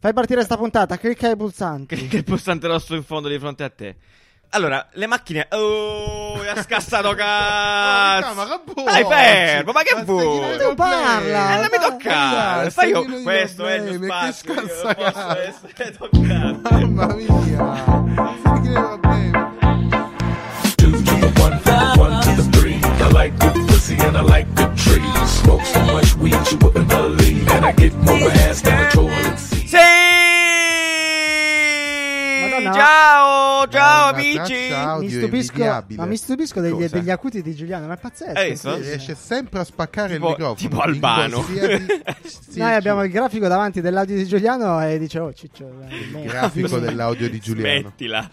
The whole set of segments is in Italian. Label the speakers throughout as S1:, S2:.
S1: Fai partire sta puntata, clicca i pulsanti.
S2: Che, che pulsante rosso in fondo di fronte a te. Allora, le macchine. Oh, ha scassato cazzo.
S3: Oh, ma che buono!
S2: Dai, fermo, ma che
S3: Ma
S2: vuoi?
S3: steghino di
S1: Tu parla!
S2: Eh,
S1: Ah,
S2: non mi
S1: ma-
S2: toccare.
S3: guarda,
S2: Sai io,
S3: steghino di
S2: questo è il
S3: Robbe,
S2: mio
S3: ma che
S2: spazio. io
S3: scassa
S2: non posso
S3: cazzo.
S2: essere toccato.
S3: Mamma mia! Sì, che problemi.
S4: two to the one, from one to the three. I like good pussy and I like good trees. Smoke so much weed you wouldn't believe, and I get more ass than a toilet seat.
S2: Sì!
S1: Madonna.
S2: Ciao, ciao
S3: Guarda,
S2: amici.
S3: cazzo,
S1: mi
S3: audio
S1: stupisco,
S3: invidiabile.
S1: ma mi stupisco degli,
S2: Cosa?
S1: degli acuti di Giuliano, ma è pazzesco.
S2: Eh, so-
S1: sì.
S3: riesce sempre a spaccare
S2: Tipo-
S3: il microfono.
S2: tipo
S3: in
S2: Albano.
S3: qualsiasi- sì,
S1: Noi abbiamo il
S3: il
S1: grafico davanti dell'audio di Giuliano e dice, oh ciccio. Il
S3: grafico dell'audio di Giuliano.
S2: Smettila.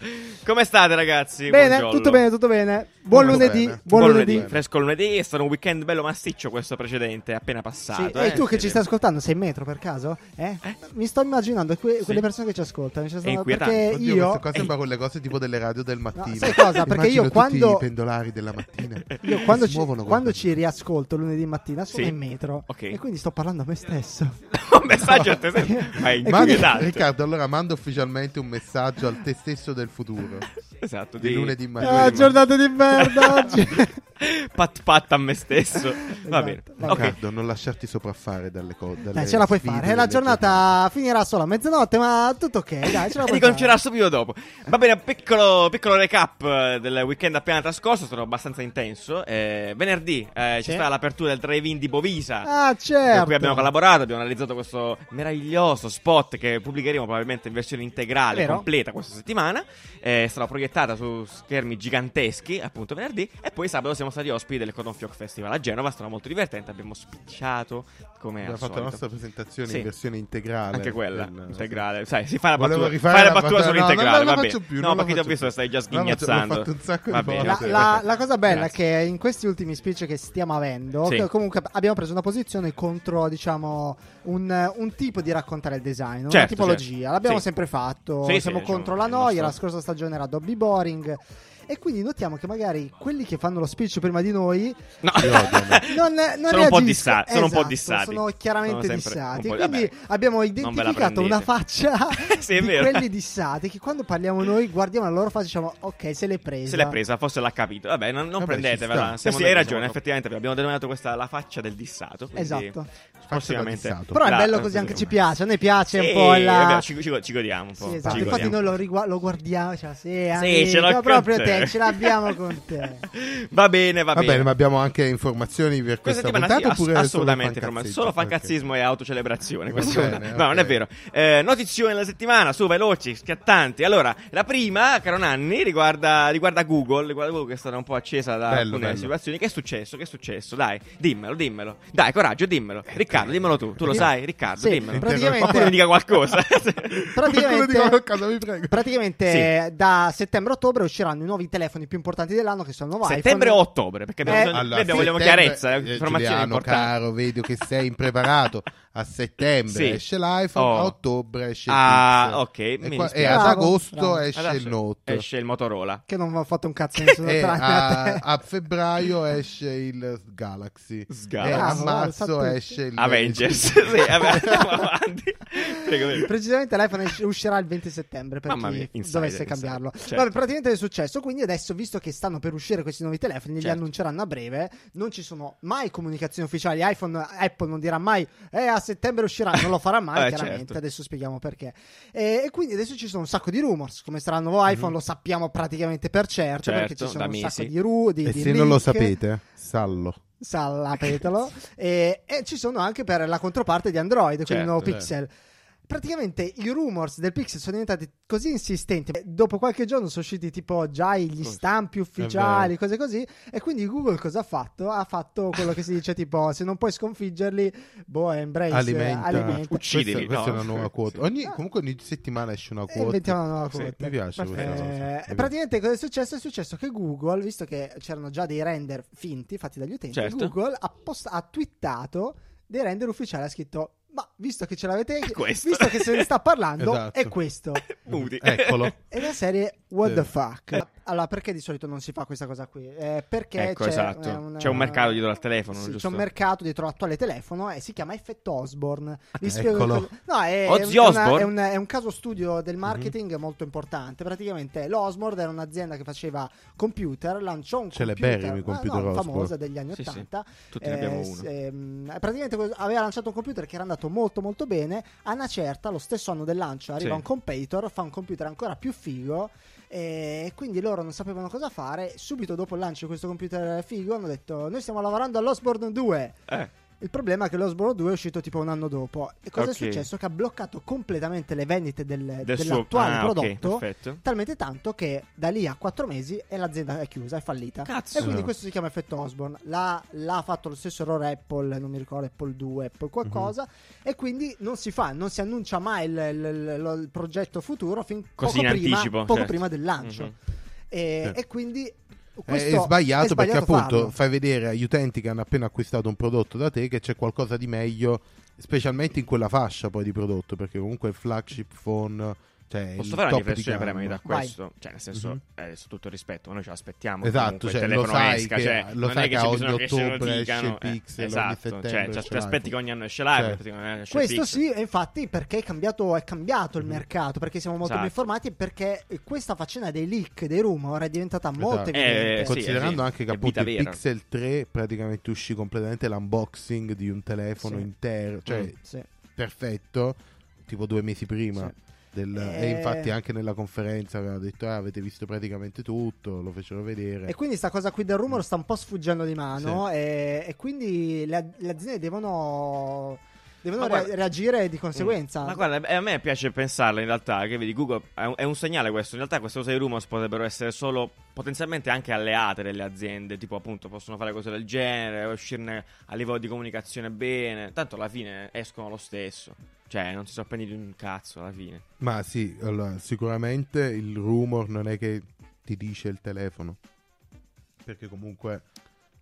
S2: Come state ragazzi?
S1: Bene,
S2: Buongiorno.
S1: tutto bene, tutto bene. Buon
S3: Tutto
S1: lunedì,
S3: bene.
S1: buon
S2: Buon
S1: lunedì.
S3: lunedì.
S2: Fresco lunedì, è stato un weekend bello massiccio questo precedente, appena passato.
S1: Sì,
S2: eh,
S1: e tu che
S2: sì.
S1: ci stai ascoltando, sei in metro per caso? Eh? Mi sto immaginando que- quelle persone che ci ascoltano. ci stanno-
S2: inquietante.
S1: perché
S3: Oddio,
S1: io,
S3: questa cosa sembra quelle cose tipo delle radio del mattino.
S1: sai cosa? Perché
S3: Immagino
S1: io
S3: tutti
S1: quando-
S3: i pendolari della mattina.
S1: io quando,
S3: si
S1: ci,
S3: muovono con
S1: quando
S3: questo.
S1: ci riascolto lunedì mattina sono
S2: Sì.
S1: in metro
S2: Ok.
S1: e quindi sto parlando a me stesso.
S2: un messaggio a te stesso. Ma è
S1: E
S3: Mando-
S2: inquietante.
S3: Riccardo, allora manda ufficialmente un messaggio al te stesso del futuro.
S2: Esatto,
S3: Di lunedì mattina.
S1: Ah, giornata di merda oggi.
S2: pat pat a me stesso. Va
S1: Esatto.
S2: bene.
S1: Ma
S2: Ok.
S3: Riccardo, non lasciarti sopraffare dalle cose.
S1: Dai, ce la puoi fare. La giornata finirà solo a mezzanotte, ma tutto ok, dai, Ah, ce la
S2: E
S1: puoi
S2: ricomincerà
S1: fare.
S2: subito dopo. Va bene, piccolo, piccolo recap eh, del weekend appena trascorso, è stato abbastanza intenso. Eh, venerdì eh,
S1: Sì.
S2: ci sta l'apertura del drive-in di Bovisa.
S1: Ah,
S2: Con
S1: certo.
S2: cui abbiamo collaborato, abbiamo analizzato questo meraviglioso spot che pubblicheremo probabilmente in versione integrale,
S1: Vero.
S2: completa questa settimana. Eh, sarà proiettata su schermi giganteschi, appunto venerdì. E poi sabato siamo stati ospiti del Cotton Fioc Festival a Genova, sarà molto divertente. Abbiamo spicciato come Eh, al
S3: Abbiamo fatto la
S2: solito.
S3: nostra presentazione
S2: Sì.
S3: in versione integrale.
S2: Anche quella,
S3: del-
S2: integrale. Sai, si fa la
S3: Volevo
S2: battuta,
S3: rifare
S2: fai
S3: la
S2: la battuta
S3: battuta- no,
S2: sull'integrale,
S3: non la
S2: va bene.
S3: faccio più,
S2: no,
S3: non la
S2: perché ti ho
S3: faccio
S2: visto
S3: più.
S2: che stai già
S3: No, ma ce- l'ho
S2: sghignazzando.
S3: fatto un sacco di
S2: Va bene.
S1: La,
S3: volte.
S1: la- la cosa bella
S2: Grazie.
S1: è che in questi ultimi speech che stiamo avendo,
S2: Sì.
S1: che comunque abbiamo preso una posizione contro, diciamo, un, un tipo di raccontare il design, una
S2: Certo,
S1: tipologia.
S2: certo.
S1: L'abbiamo
S2: Sì.
S1: sempre fatto.
S2: Sì, sì,
S1: Siamo
S2: diciamo,
S1: contro
S2: il
S1: la noia. La
S2: nostro-
S1: scorsa stagione era Dobby Boring. E quindi notiamo che magari quelli che fanno lo speech prima di noi
S2: No.
S3: Ti odiano.
S1: non, non
S2: sono un po'
S1: reagiscono.
S2: dissati, sono un po'
S1: Esatto,
S2: dissati.
S1: sono chiaramente
S2: Sono sempre
S1: dissati.
S2: un po'-
S1: Quindi
S2: vabbè,
S1: abbiamo
S2: non ve la
S1: identificato una
S2: prendete.
S1: faccia
S2: Sì, è
S1: di
S2: vero.
S1: quelli dissati che quando parliamo noi guardiamo la loro faccia e diciamo ok se l'è presa.
S2: Se l'è presa, forse l'ha capito. Esatto. Vabbè, non, non
S3: Vabbè, ci
S2: prendetevela.
S3: sta.
S2: Sì,
S3: Siamo
S2: sì, hai
S3: d'accordo,
S2: ragione,
S3: siamo
S2: effettivamente abbiamo denominato questa la faccia del dissato. quindi
S1: Esatto.
S2: Prossimamente.
S3: Faccia del dissato.
S1: Però è
S2: La-
S1: bello così anche ci piace, a noi
S2: Sì,
S1: piace un po' la...
S2: vabbè, ci, ci- ci godiamo un po'.
S1: Sì,
S2: ci
S1: esatto.
S2: godiamo.
S1: Infatti noi lo, rigua- lo guardiamo, cioè, sì,
S2: Sì, ce
S1: amico,
S2: l'ho con
S1: proprio te.
S2: te.
S1: ce l'abbiamo con te.
S2: Va bene, va,
S3: Va bene, ma abbiamo anche informazioni per
S2: Questa
S3: questa,
S2: settimana
S3: puntata
S2: sì, ass-
S3: oppure solo
S2: assolutamente
S3: fancazzismo?
S2: Roman, solo fancazzismo e autocelebrazione.
S3: Va
S2: Questo
S3: bene,
S2: no,
S3: ok.
S2: non è vero. Eh, notizioni della settimana, su, veloci, schiattanti. Allora, la prima, caro Nanni, riguarda, riguarda Google, riguarda Google che è stata un po' accesa da
S3: Bello,
S2: alcune
S3: bello.
S2: situazioni. Che è successo? Che è successo? Dai, dimmelo, dimmelo. Dai, coraggio, dimmelo.
S3: Eh,
S2: Riccardo, dimmelo tu. Tu lo
S1: Sì.
S2: sai, Riccardo,
S1: Sì,
S2: dimmelo.
S1: praticamente-
S2: Qualcuno mi dica qualcosa.
S3: Qualcuno dica
S1: Praticamente...
S3: qualcosa, mi prego.
S1: Praticamente da settembre-ottobre usciranno i nuovi telefoni più importanti dell'anno che sono il nuovo
S2: settembre o
S1: iPhone.
S2: ottobre? Perché abbiamo
S1: Eh,
S2: bisogno-
S3: Allora,
S2: noi abbiamo- vogliamo
S3: settembre-
S2: chiarezza,
S3: eh,
S2: informazioni
S3: Giuliano,
S2: importanti.
S3: caro, vedo che sei impreparato. A settembre
S2: Sì.
S3: esce l'iPhone,
S2: Oh.
S3: a ottobre esce il
S2: Ah,
S3: Pixel.
S2: ok,
S3: E,
S2: mi
S3: qua-
S2: dispiace.
S3: e ad
S1: Bravo,
S3: agosto
S1: bravo.
S3: esce
S2: Adesso
S3: il Note.
S2: Esce il Motorola.
S1: Che non ho fatto un cazzo nessuno
S3: E
S1: tranne a
S3: a,
S1: te.
S3: a febbraio esce il Galaxy.
S2: Sgalaxy.
S3: E a
S1: Bravo, guarda, sa
S3: marzo
S1: tutti.
S3: esce il
S2: Avengers. sì, vabbè, andiamo avanti. Prego, prego.
S1: Precisamente l'iPhone esce- uscirà il 20 settembre per
S2: Mamma
S1: chi
S2: mia, insider,
S1: dovesse
S2: insider.
S1: cambiarlo.
S2: Certo.
S1: Vabbè, praticamente è successo. Quindi adesso, visto che stanno per uscire questi nuovi telefoni, li
S2: Certo.
S1: annunceranno a breve. Non ci sono mai comunicazioni ufficiali. iPhone, Apple non dirà mai eh, a settembre uscirà. Non lo farà mai,
S2: Eh,
S1: chiaramente.
S2: certo.
S1: Adesso spieghiamo perché. E, e quindi adesso ci sono un sacco di rumors. Come sarà il nuovo iPhone, lo sappiamo praticamente per certo.
S2: Mhm. Certo,
S1: perché ci sono
S2: da
S1: un sacco
S2: mesi.
S1: di ru di-
S3: E
S1: di
S3: se non lo
S1: leak.
S3: sapete, sallo.
S1: Salapetelo. e, e ci sono anche per la controparte di Android, quindi il nuovo
S3: Certo,
S1: Pixel. Praticamente i rumors del Pixel sono diventati così insistenti. Dopo qualche giorno sono usciti tipo già gli
S3: Cosa?
S1: stampi ufficiali,
S3: È
S1: cose così. E quindi Google cosa ha fatto? Ha fatto quello che si dice tipo se non puoi sconfiggerli, boh, embrace,
S3: Alimenta.
S1: alimenta.
S2: Uccidili,
S3: Questa, questa
S2: no?
S3: è una nuova quota. Ogni- comunque ogni settimana esce una
S1: E
S3: quota.
S1: inventiamo Eh, una nuova
S3: Sì,
S1: quota.
S3: mi piace
S1: Perfetto.
S3: questa cosa.
S1: Eh,
S3: Mi piace.
S1: praticamente cosa è successo? È successo che Google, visto che c'erano già dei render finti fatti dagli utenti,
S2: Certo.
S1: Google ha, post- ha twittato dei render ufficiali, ha scritto ma visto che ce l'avete,
S2: È questo."
S1: visto che se ne sta parlando,
S3: Esatto.
S1: è questo.
S2: Muti.
S3: Eccolo.
S1: È la serie What
S3: Sì.
S1: the fuck? Allora, perché di solito non si fa questa cosa qui? Eh, perché
S2: Eh. Ecco,
S1: c'è,
S2: esatto.
S1: eh, una-
S2: C'è un mercato dietro al telefono,
S1: Sì,
S2: giusto?
S1: c'è un mercato dietro l'attuale telefono e si chiama effetto Osborne. Vi spiego
S3: Eccolo.
S1: cosa- No, è,
S2: Ah, Ozzy
S1: è una-
S2: Osbourne? Mhm.
S1: è un, è un caso studio del marketing molto importante. Praticamente l'Osborne era un'azienda che faceva computer, lanciò un
S3: Celeberrimi
S1: computer,
S3: computer
S1: ah, no,
S3: Osborne.
S1: famosa degli anni
S2: Sì, sì.
S1: 80
S2: Tutti ne abbiamo
S1: eh,
S2: uno.
S1: s- ehm, praticamente que- aveva lanciato un computer che era andato molto molto bene. A una certa, lo stesso anno del lancio, arriva
S2: Sì.
S1: un competitor, fa un computer ancora più figo. eh, E quindi loro non sapevano cosa fare. Subito dopo il lancio di questo computer figo, hanno detto: Noi stiamo lavorando all'Osborne 2.
S2: Eh,
S1: Il problema è che l'Osborne 2 è uscito tipo un anno dopo. E cosa
S2: Ok.
S1: è successo? Che ha bloccato completamente le vendite del-
S2: del suo-
S1: dell'attuale
S2: ah, ok,
S1: prodotto.
S2: perfetto.
S1: Talmente tanto che da lì a quattro mesi e l'azienda è chiusa, è fallita.
S2: Cazzo.
S1: E quindi questo si chiama effetto Osborne. L'ha, l'ha fatto lo stesso errore Apple, non mi ricordo, Apple 2, Apple qualcosa.
S2: Mhm.
S1: E quindi non si fa, non si annuncia mai il, il- lo- il progetto futuro fin
S2: Così
S1: poco
S2: in
S1: prima,
S2: anticipo,
S1: poco
S2: certo.
S1: prima del lancio.
S2: Mhm.
S1: E,
S3: Sì.
S1: e quindi
S3: È-
S1: questo
S3: è, sbagliato perché appunto
S1: farlo.
S3: fai vedere agli utenti che hanno appena acquistato un prodotto da te che c'è qualcosa di meglio, specialmente in quella fascia poi di prodotto, perché comunque il flagship phone, cioè il
S2: Posso fare una
S3: top di
S2: riflessione
S3: gamma.
S2: veramente da
S1: Vai.
S2: questo? Cioè, nel senso,
S3: Mhm.
S2: eh, adesso tutto il rispetto, ma noi ce l'aspettiamo. che
S3: Esatto,
S2: comunque
S3: cioè,
S2: il
S3: lo
S2: telefono
S3: sai
S2: esca,
S3: che,
S2: cioè,
S3: lo
S2: non è
S3: sai
S2: che
S3: che
S2: ci
S3: a
S2: bisogna che ce lo
S3: ottobre esce
S2: dicano,
S3: il
S2: eh,
S3: Pixel, ogni
S2: esatto, cioè,
S3: settembre
S2: ci
S3: esce
S2: ti aspetti
S3: l'iPhone.
S2: che ogni anno esce live,
S3: Cioè.
S2: praticamente esce il
S1: Questo
S2: Pixel.
S1: sì, e infatti perché è cambiato, è cambiato il mercato, perché siamo molto più
S2: Mhm. Esatto.
S1: informati e perché questa faccina dei leak, dei rumor è diventata molto
S3: Esatto.
S1: evidente.
S2: Eh, sì,
S3: Considerando
S2: sì,
S3: anche che
S2: è vita
S3: appunto il
S2: vera.
S3: Pixel 3 praticamente uscì completamente l'unboxing di un telefono
S1: Sì.
S3: intero, cioè
S2: Mm.
S1: Sì.
S3: perfetto, tipo due mesi prima. del-
S1: Eh.
S3: E infatti anche nella conferenza avevano detto "Ah, avete visto praticamente tutto, lo fecero vedere.
S1: E quindi sta cosa qui del rumor sta un po' sfuggendo di mano e, e quindi le, le aziende devono, devono
S2: Ma
S1: re-
S2: guarda-
S1: reagire di conseguenza.
S2: Mm.
S3: Mm.
S2: Ma guarda, eh, a me piace pensarla in realtà, che vedi Google è un, è un segnale questo, in realtà queste cose di rumors potrebbero essere solo potenzialmente anche alleate delle aziende, tipo appunto possono fare cose del genere, uscirne a livello di comunicazione bene, tanto alla fine escono lo stesso, cioè non si sono prendi di un cazzo alla fine.
S3: Ma sì, allora, sicuramente il rumor non è che ti dice il telefono. Perché comunque...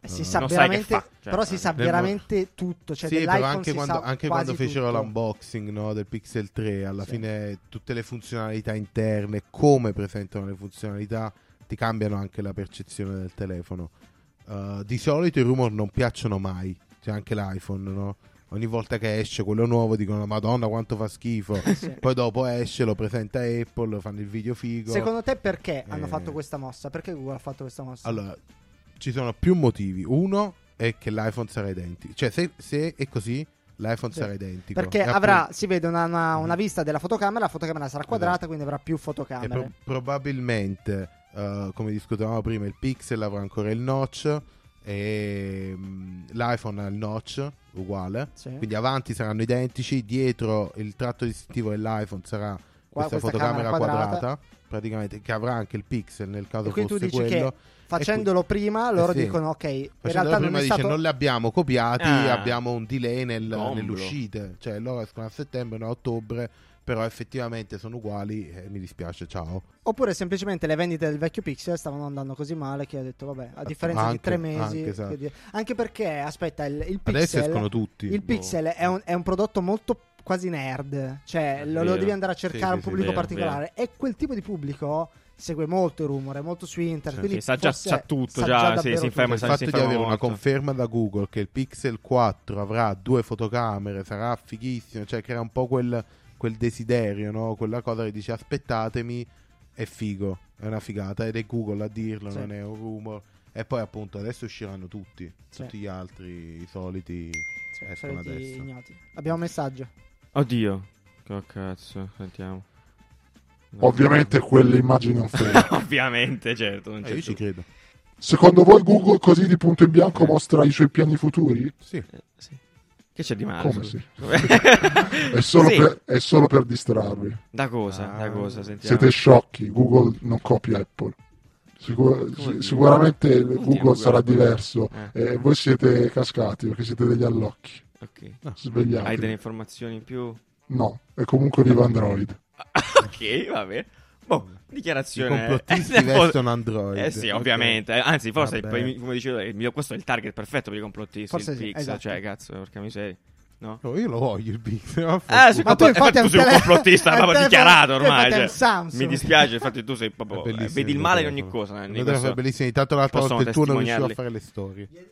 S1: si
S3: eh,
S1: sa
S2: non sai che
S1: veramente,
S2: fa, cioè,
S1: però si sa
S3: nel-
S1: veramente tutto. Cioè
S3: eh, sì, però
S1: dell'iPhone
S3: anche
S1: si
S3: quando,
S1: sa
S3: anche
S1: quasi
S3: quando fecero
S1: tutto.
S3: l'unboxing no, del Pixel 3, alla
S1: Sì.
S3: fine tutte le funzionalità interne, come presentano le funzionalità, ti cambiano anche la percezione del telefono. Uh, di solito i rumor non piacciono mai, c'è anche l'iPhone, no? Ogni volta che esce quello nuovo dicono Madonna quanto fa schifo.
S1: Sì.
S3: Poi dopo esce, lo presenta Apple, fanno il video figo.
S1: Secondo te perché hanno
S3: Eh.
S1: fatto questa mossa? Perché Google ha fatto questa mossa?
S3: Allora, ci sono più motivi. Uno è che l'iPhone sarà identico. Cioè, se, se è così, l'iPhone
S1: Sì.
S3: sarà identico.
S1: Perché
S3: E
S1: avrà,
S3: appunto-
S1: si vede una, una- una
S3: Mhm.
S1: vista della fotocamera, la fotocamera sarà quadrata, quindi avrà più
S3: e
S1: fotocamere.
S3: pro- probabilmente, eh, come discutevamo prima, il Pixel avrà ancora il notch e mm, l'iPhone ha il notch uguale.
S1: Sì.
S3: Quindi avanti saranno identici, dietro il tratto distintivo dell'iPhone sarà
S1: Qua-
S3: questa, fotocamera
S1: camera
S3: quadrata, praticamente che avrà anche il Pixel nel caso
S1: E quindi tu
S3: fosse
S1: dici
S3: quello.
S1: che facendolo prima loro
S3: eh sì.
S1: dicono ok, in
S3: Facendo
S1: realtà
S3: prima
S1: non è
S3: dice
S1: stato...
S3: non li abbiamo copiati,
S2: Ah.
S3: abbiamo un delay nel-
S2: Gomblo.
S3: nelle uscite, cioè loro escono a settembre, non a ottobre, però effettivamente sono uguali e mi dispiace, ciao.
S1: Oppure semplicemente le vendite del vecchio Pixel stavano andando così male che ha detto vabbè, a differenza di
S3: Anche-
S1: tre mesi...
S3: anche, esatto.
S1: quindi- anche perché, aspetta, il, il
S3: Adesso
S1: Pixel...
S3: escono tutti.
S1: il
S2: Eh,
S3: boh.
S1: Pixel è un, è un prodotto molto quasi nerd, cioè
S2: È
S1: lo, lo
S2: vero.
S1: devi andare a
S3: Sì,
S1: cercare a un
S3: sì, sì,
S1: pubblico
S2: vero,
S1: particolare e quel tipo di pubblico segue molto il rumore, è molto su internet,
S3: Sì,
S1: quindi
S2: sì, sa già-
S1: forse
S2: sa tutto,
S1: sa
S2: già, sì,
S1: davvero
S2: si
S1: tutto.
S2: ferma,
S3: Il
S2: sa-
S3: fatto di
S2: ferma
S3: avere una
S2: molto.
S3: conferma da Google che il Pixel 4 avrà due fotocamere, sarà fighissimo, cioè crea un po' quel, quel desiderio, no? quella cosa che dice aspettatemi, è figo, è una figata ed è Google a dirlo,
S1: Sì.
S3: non è un rumor. E poi appunto adesso usciranno tutti,
S1: Sì.
S3: tutti gli altri, i soliti.
S1: Sì,
S3: Escono
S1: soliti
S3: adesso.
S1: ignoti. Abbiamo un messaggio.
S2: Oddio, che cazzo, sentiamo. No.
S5: Ovviamente quelle immagini non fake.
S2: Ovviamente, certo, non
S3: Eh,
S2: c'è
S3: io ci
S2: dubbio.
S3: credo.
S5: Secondo voi Google così di punto in bianco mostra i suoi piani futuri?
S3: Sì.
S2: Eh, sì. Che c'è di male?
S5: Come
S2: scusa?
S5: È solo,
S2: Sì,
S5: per, è solo per distrarvi.
S2: Da cosa? Da
S3: Ah.
S2: cosa? Sentiamo.
S5: Siete sciocchi, Google non copia Apple. Sicur-
S2: Come dire?
S5: si- sicuramente
S2: Come dire,
S5: Google, sarà
S2: Google?
S5: diverso
S2: Eh,
S5: e voi siete cascati perché siete degli allocchi.
S2: ok.
S5: Svegliatevi.
S2: Hai delle informazioni in più?
S5: No, è comunque viva Android.
S2: ok, vabbè. Boh,
S3: I
S2: dichiarazione.
S3: complottisti vestono Android.
S2: Eh sì,
S3: Ok.
S2: ovviamente. Eh, Anzi, forse,
S3: Vabbè.
S2: poi, come dicevo, il mio- questo è il target perfetto per i complottisti.
S1: Forse
S2: il
S1: sì,
S2: pixel,
S1: esatto.
S2: cioè, cazzo, porca miseria. No?
S3: No, io lo voglio il Pixel.
S2: Eh,
S3: vaffanculo.
S2: sì,
S1: Ma
S2: ma
S1: tu
S2: tu
S1: infatti
S2: infatti tu
S1: hai
S2: sei un
S1: un tele-
S2: complottista,
S1: hai
S2: ma
S1: un
S2: dichiarato
S1: telefono- tu
S2: ormai.
S1: hai un
S2: cioè,
S1: Samsung.
S2: mi dispiace, infatti tu sei proprio... eh,
S3: È bellissimo
S2: boh, vedi il
S3: il
S2: male in
S3: telefono.
S2: ogni cosa. Nanni,
S3: Lo trovo
S2: questo-
S3: bellissimo. Intanto l'altra
S2: possono
S3: volta il tuo non riuscivo a
S2: testimoniarli.
S3: fare le storie.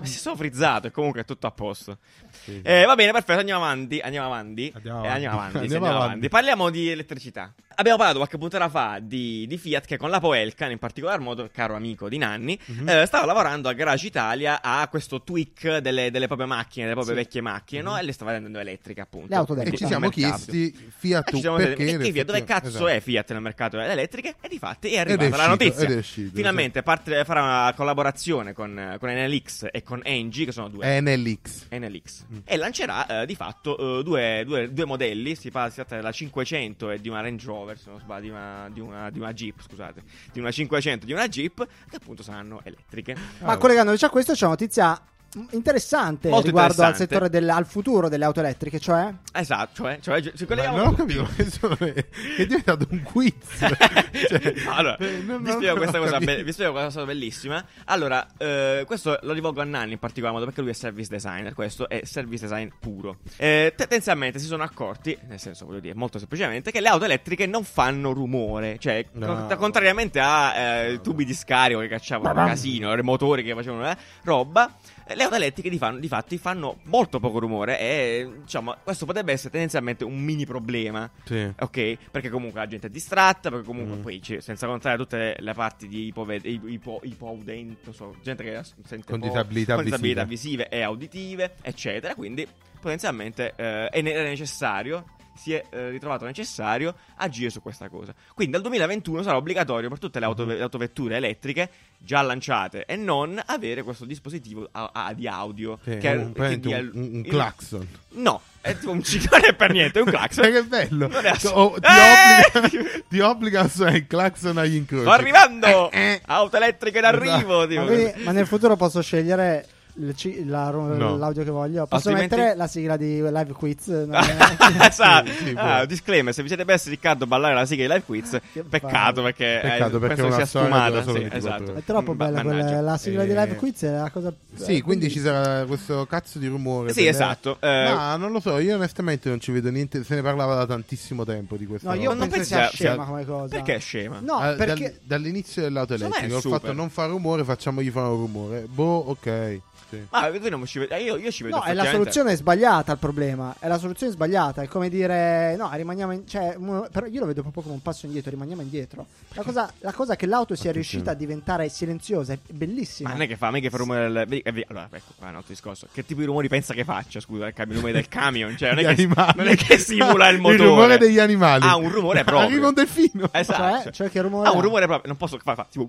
S2: Ma si sono frizzato e comunque è tutto a posto.
S3: Sì,
S2: Eh, va bene, perfetto, andiamo avanti. Andiamo avanti.
S3: Andiamo
S2: Eh, andiamo
S3: avanti.
S2: avanti, sì,
S3: Andiamo
S2: andiamo
S3: avanti.
S2: avanti. Parliamo di elettricità. Abbiamo parlato qualche puntata fa di, di Fiat che con la Poelcan, in particolar modo, caro amico di Nanni,
S3: Mhm.
S2: eh, stava lavorando a Garage Italia a questo tweak delle, delle proprie macchine, delle proprie
S1: Sì.
S2: vecchie macchine, no? E le stava rendendo elettriche, appunto.
S1: Le auto
S3: Mhm. E
S1: elettriche.
S2: Quindi
S3: ci
S1: Tutto
S3: siamo
S2: un mercato.
S3: chiesti
S2: E
S3: Fiat
S2: Eh, ci
S3: tu
S2: siamo
S3: perché
S2: chiesti, "E Fiat, dove
S3: effettivamente-
S2: cazzo è
S3: esatto.
S2: Fiat nel mercato delle elettriche? E di fatti è
S3: Ed è
S2: arrivata la
S3: uscito,
S2: notizia.
S3: ed è uscito,
S2: Finalmente parte- farà una collaborazione con, con NLX e con Engie, che sono due
S3: È NLX.
S2: NLX
S3: Mm.
S2: e lancerà eh, di fatto eh, due, due- due modelli. Si, parla, si tratta della 500 e di una Range Rover. Se non sbaglio, di una, di una- di una Jeep. Scusate, di una 500 e di una Jeep che appunto saranno elettriche.
S1: Ma
S3: Ah.
S1: collegandoci a questo c'è una notizia mh, interessante
S2: Molto
S1: riguardo al
S2: interessante.
S1: settore del al futuro delle auto elettriche, cioè
S2: Esatto, cioè, cioè ci
S3: Ma
S2: colleghiamo
S3: non ho
S2: tutti.
S3: capito, è è diventato un quiz. Cioè,
S2: allora,
S3: eh, non-
S2: vi
S3: non
S2: spiego,
S3: ho
S2: questa cosa
S3: capito.
S2: be- vi spiego questa cosa bellissima. Allora, eh, questo lo rivolgo a Nanni in particolar modo perché lui è service designer. Questo è service design puro. Eh, tendenzialmente si sono accorti, nel senso, voglio dire, molto semplicemente, che le auto elettriche non fanno rumore. Cioè,
S3: No.
S2: cont- contrariamente a eh, tubi di scarico che cacciavano un casino, i motori che facevano eh, roba. eh, Le auto elettriche di, fan- di fatti fanno molto poco rumore e diciamo questo potrebbe essere tendenzialmente un mini problema
S3: Sì.
S2: Ok, perché comunque la gente è distratta, perché comunque
S3: Mm.
S2: poi c'è- senza contare tutte le parti di ipoved- i- ipo- ipoudenti, non so, gente che as- sente
S3: Con
S2: po-
S3: disabilità
S2: con disabilità visive e auditive, eccetera, quindi potenzialmente eh, è ne- era necessario si è eh, ritrovato necessario agire su questa cosa. Quindi dal 2021 sarà obbligatorio per tutte le, auto-
S3: Mm-hmm.
S2: le autovetture elettriche già lanciate e non avere questo dispositivo a- a- di audio
S3: Sì,
S2: che,
S3: un,
S2: che dia
S3: un,
S2: il-
S3: un- un
S2: il-
S3: claxon.
S2: No, è tipo un ciclone per niente, è un claxon.
S3: Ma Cioè, che bello!
S2: Non è ass-
S3: Oh, ti,
S2: Eh!
S3: obbliga, ti obbliga a suonare il claxon agli incroci.
S2: Sto arrivando!
S3: Eh, eh.
S2: Auto elettrica in arrivo! tipo.
S1: ma, quindi- ma nel futuro posso scegliere il ci- la-
S3: No.
S1: l'audio che voglio. Posso
S2: Altrimenti-
S1: mettere la sigla di Live Quiz? No,
S2: Sa-
S3: Sì, sì,
S2: ah,
S3: può.
S2: disclaimer: se vi siete persi Riccardo ballare la sigla di live quiz,
S1: Che
S2: peccato
S1: palle.
S2: perché, eh,
S3: Peccato
S2: penso
S3: perché è
S2: che
S3: una
S2: sia
S3: storia della
S2: sfumata.
S3: sola
S2: sì,
S3: 24
S2: esatto.
S3: ore.
S1: È troppo
S2: Mm,
S1: bella
S2: mannaggia.
S1: quella, la sigla di Live
S3: Eh.
S1: Quiz è la cosa
S3: Sì,
S1: eh,
S3: quindi ci sarà questo cazzo di rumore.
S2: Sì,
S3: per-
S2: esatto. Eh,
S3: Ma non lo so, io onestamente non ci vedo niente. Se ne parlava da tantissimo tempo di questo.
S1: No, io
S2: Non
S1: non penso
S2: pensi
S1: sia
S2: sia-
S1: scema come cosa.
S2: Perché è scema?
S1: No, perché
S3: dall'inizio dell'auto
S2: Secondo me è
S3: elettrica ho
S2: super.
S3: fatto non fa rumore, facciamogli fare un rumore. Boh, ok. Sì.
S2: Ma voi Ah, non ci vedete. Io, io ci vedo.
S1: No, è la
S2: effettivamente-
S1: soluzione sbagliata al problema. È la soluzione sbagliata. È come dire, no, rimaniamo. in- cioè, uno- però io lo vedo proprio come un passo indietro. Rimaniamo indietro. La cosa, la cosa che l'auto sia
S3: Attenzione.
S1: riuscita a diventare silenziosa è
S2: Ma
S1: bellissima.
S2: non è che fa, non è che fa rumore. del- vedi- eh, vedi- Allora, ecco qua è un altro discorso. Che tipo di rumori pensa che faccia? Scusa, eh, il cambio nome del camion. Cioè, non è,
S3: Gli
S2: che,
S3: animali.
S2: non è che simula il motore.
S3: Il rumore degli animali.
S2: Ha un rumore proprio.
S3: Arriva un delfino.
S2: Esatto.
S1: Cioè, cioè, che rumore
S2: Ha un
S1: è?
S2: rumore proprio. Non posso fare. Fa, tipo.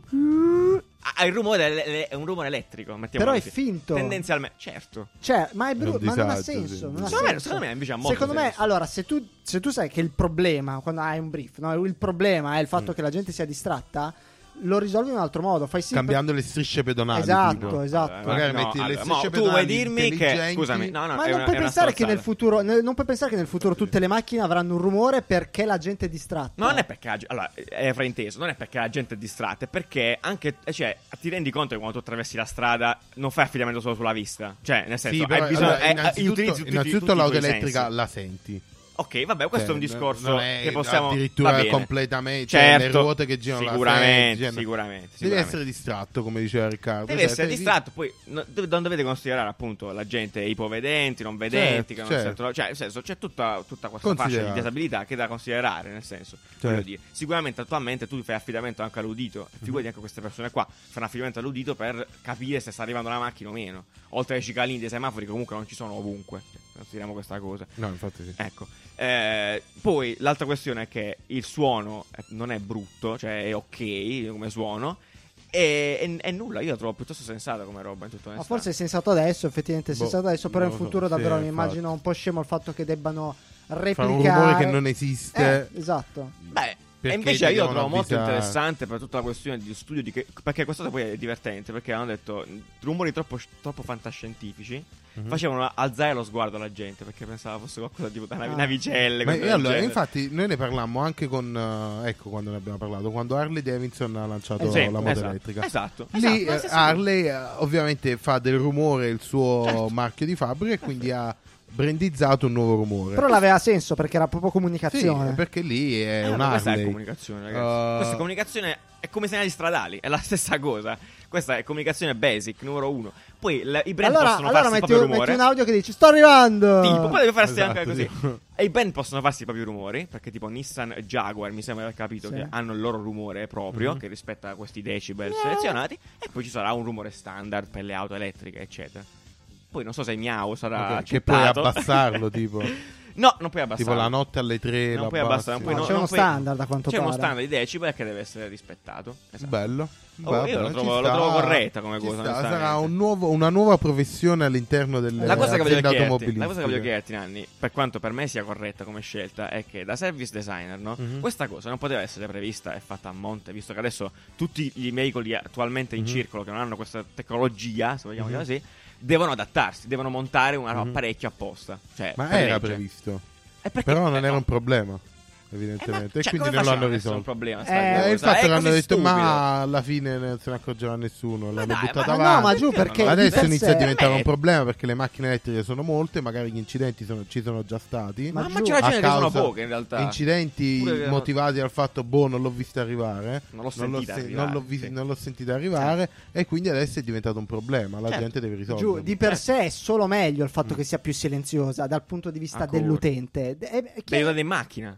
S2: Ah, ha il rumore, le- le- è un rumore elettrico. mettiamolo
S1: Mm. Però è
S2: così.
S1: finto.
S2: Tendenzialmente, certo.
S1: Cioè, ma è
S3: È
S1: brutto,
S3: un
S1: ma non ha
S3: disagio,
S1: senso.
S3: sì.
S1: non ha
S2: Secondo me-
S1: senso.
S2: secondo me invece ha molto
S1: Ah, Secondo me,
S2: senso.
S1: allora, se tu, se tu sai che il problema, quando hai un brief, no, il problema è il
S2: Mm.
S1: fatto che la gente sia distratta, lo risolvi in un altro modo. Fai sì
S3: Cambiando le strisce pedonali.
S1: Esatto,
S3: tipo.
S1: esatto.
S2: Eh,
S3: Magari
S2: no,
S3: metti le
S2: allora,
S3: strisce
S2: mo, tu vuoi
S3: pedonali
S2: dirmi che
S3: intelligenti.
S2: scusami, no, no,
S1: ma non
S2: è una-
S1: puoi
S2: è una
S1: pensare che nel
S2: strozzata.
S1: futuro ne- non puoi pensare che nel futuro tutte le macchine avranno un rumore perché la gente è distratta.
S2: Non è perché la ge- allora, è frainteso, non è perché la gente è distratta, è perché anche eh, cioè, ti rendi conto che quando tu attraversi la strada non fai affidamento solo sulla vista. Cioè, nel senso,
S3: Sì,
S2: hai
S3: però,
S2: bisogno
S3: allora,
S2: eh,
S3: innanzitutto,
S2: utilizzi tutti-
S3: innanzitutto
S2: tutti i
S3: l'auto
S2: tuoi
S3: elettrica
S2: sensi.
S3: la senti.
S2: Ok, vabbè, questo è un
S3: Cioè,
S2: discorso
S3: non è
S2: che possiamo
S3: addirittura
S2: va bene.
S3: completamente cioè,
S2: certo,
S3: le ruote che girano la
S2: sicuramente,
S3: senti, cioè,
S2: sicuramente,
S3: Devi
S2: sicuramente.
S3: essere distratto, come diceva Riccardo.
S2: Deve
S3: Cioè,
S2: essere
S3: devi-
S2: distratto, poi no- dov- non dovete considerare appunto la gente ipovedenti, non vedenti,
S3: Certo,
S2: che non
S3: certo.
S2: sentono- cioè nel senso c'è tutta, tutta questa fascia di
S3: Considerare. Certo.
S2: disabilità che è da considerare, nel senso. voglio dire, sicuramente attualmente tu fai affidamento anche all'udito,
S3: Mhm.
S2: figurati anche queste persone qua, fanno affidamento all'udito per capire se sta arrivando una macchina o meno, oltre ai cicalini dei semafori che comunque non ci sono ovunque, Cioè, consideriamo questa cosa.
S3: No, infatti sì.
S2: Ecco, Eh, poi l'altra questione è che il suono eh, non è brutto, cioè è ok come suono, e, e- e nulla, io la trovo piuttosto sensata come roba in tutto
S1: Ma forse è sensato adesso, effettivamente è
S3: Boh,
S1: sensato adesso, però in
S3: non lo so.
S1: futuro
S3: Sì,
S1: davvero mi
S3: infatti.
S1: immagino un po' scemo il fatto che debbano
S3: Fa
S1: replicare
S3: un rumore che non esiste.
S1: Eh, esatto.
S2: Beh, e
S3: Perché
S2: invece
S3: ti
S2: io la
S3: devono
S2: trovo molto
S3: avvisare?
S2: interessante per tutta la questione di studio di che- perché questa cosa poi è divertente, perché hanno detto "Mh, rumori troppo, troppo fantascientifici
S3: Mhm.
S2: facevano alzare lo sguardo alla gente perché pensava fosse qualcosa tipo da navi-
S1: Ah.
S2: navicelle,
S3: Ma
S2: cose del
S3: io allora,
S2: genere.
S3: infatti, noi ne parlammo anche con. eh, ecco quando ne abbiamo parlato. Quando Harley Davidson ha lanciato
S2: Sì,
S3: la moto
S2: esatto,
S3: elettrica.
S2: Esatto,
S3: Lì
S2: esatto,
S3: eh,
S2: esatto.
S3: Harley eh, ovviamente fa del rumore il suo
S2: Certo.
S3: marchio di fabbrica e quindi ha brandizzato un nuovo rumore.
S1: Però l'aveva senso perché era proprio
S3: Sì,
S1: comunicazione.
S3: perché lì è
S2: Eh,
S3: un
S2: ma questa è
S3: Harley.
S2: comunicazione,
S3: Uh,
S2: ragazzi. Questa è comunicazione è come i segnali stradali, è la stessa cosa. Questa è comunicazione basic, numero uno. Poi la- i brand
S1: allora
S2: possono
S1: allora
S2: farsi il
S1: metti,
S2: proprio
S1: un,
S2: rumore.
S1: metti un audio che dici sto arrivando.
S2: Tipo, poi devi farsi
S3: Esatto,
S2: anche così.
S3: sì.
S2: E i band possono farsi i propri rumori, perché tipo Nissan e Jaguar, mi sembra di aver capito,
S1: Sì.
S2: che hanno il loro rumore proprio,
S3: Mm-hmm.
S2: che rispetta questi decibel selezionati, e poi ci sarà un rumore standard per le auto elettriche, eccetera. Poi non so se miau sarà
S3: Ok, che puoi
S2: accettato.
S3: abbassarlo, tipo.
S2: No, non puoi abbassarlo.
S3: Tipo la notte alle tre
S2: Non
S3: la
S2: puoi
S3: abbassi.
S2: abbassare, non puoi-
S1: Ah,
S2: no,
S1: c'è
S2: non
S1: uno
S2: puoi-
S1: standard da quanto
S2: C'è
S1: pare.
S2: uno standard di decibel che deve essere rispettato. Esatto.
S3: Bello.
S2: Oh,
S3: Bello,
S2: io lo
S3: ci
S2: trovo- lo
S3: sta,
S2: trovo corretta come
S3: ci
S2: cosa,
S3: sta,
S2: onestamente.
S3: Sarà un nuovo- una nuova professione all'interno delle
S2: La cosa, che voglio
S3: aziende
S2: chiederti,
S3: automobilistiche.
S2: la cosa che voglio chiederti, Nanni, per quanto per me sia corretta come scelta, è che da service designer, no?
S3: Mhm.
S2: Questa cosa non poteva essere prevista e fatta a monte, visto che adesso tutti gli veicoli attualmente in
S3: Mhm.
S2: circolo che non hanno questa tecnologia, se vogliamo
S3: Mhm.
S2: chiamarla così, devono adattarsi, devono montare un
S3: Mhm.
S2: apparecchio apposta. Cioè,
S3: Ma
S2: per
S3: era
S2: legge.
S3: previsto.
S2: Eh, perché-
S3: Però non
S2: eh,
S3: era
S2: no.
S3: un problema,
S2: Eh, ma-
S3: evidentemente.
S2: cioè,
S3: e quindi
S2: come
S3: non
S2: facciamo
S3: l'hanno
S2: ad essere un
S3: risolto.
S2: problema sta
S1: Eh,
S2: cosa?
S3: Eh, infatti
S2: È
S3: l'hanno
S2: così
S3: detto,
S2: stupido.
S3: ma alla fine non se ne accorgerà nessuno. L'hanno
S2: dai,
S3: buttato
S2: ma-
S1: Ma no,
S3: avanti.
S1: ma giù
S2: Perché
S1: perché
S2: no?
S1: di
S3: Adesso
S1: per
S3: inizia
S1: sé-
S3: a diventare un
S2: Eh.
S3: problema perché le macchine elettriche sono molte, magari gli incidenti sono- ci sono già stati.
S1: Ma
S2: Ma, ma
S1: giù,
S2: c'è
S1: a
S2: ragione che sono
S3: causa-
S2: poche in realtà.
S3: Incidenti
S2: Pure-
S3: motivati dal fatto, boh, non l'ho vista arrivare.
S2: Non l'ho
S3: Non l'ho,
S2: sentita
S3: se-
S2: arrivare,
S3: non l'ho vis-
S2: sì.
S3: non l'ho sentita arrivare e quindi adesso è diventato un problema. La
S2: Certo.
S3: gente deve risolverlo.
S1: Giù, di
S2: Eh.
S1: per sé è solo meglio il fatto che sia più silenziosa dal punto di vista
S2: Mm. Ancora.
S1: dell'utente. D- è- è chi-
S2: Devi andare in macchina.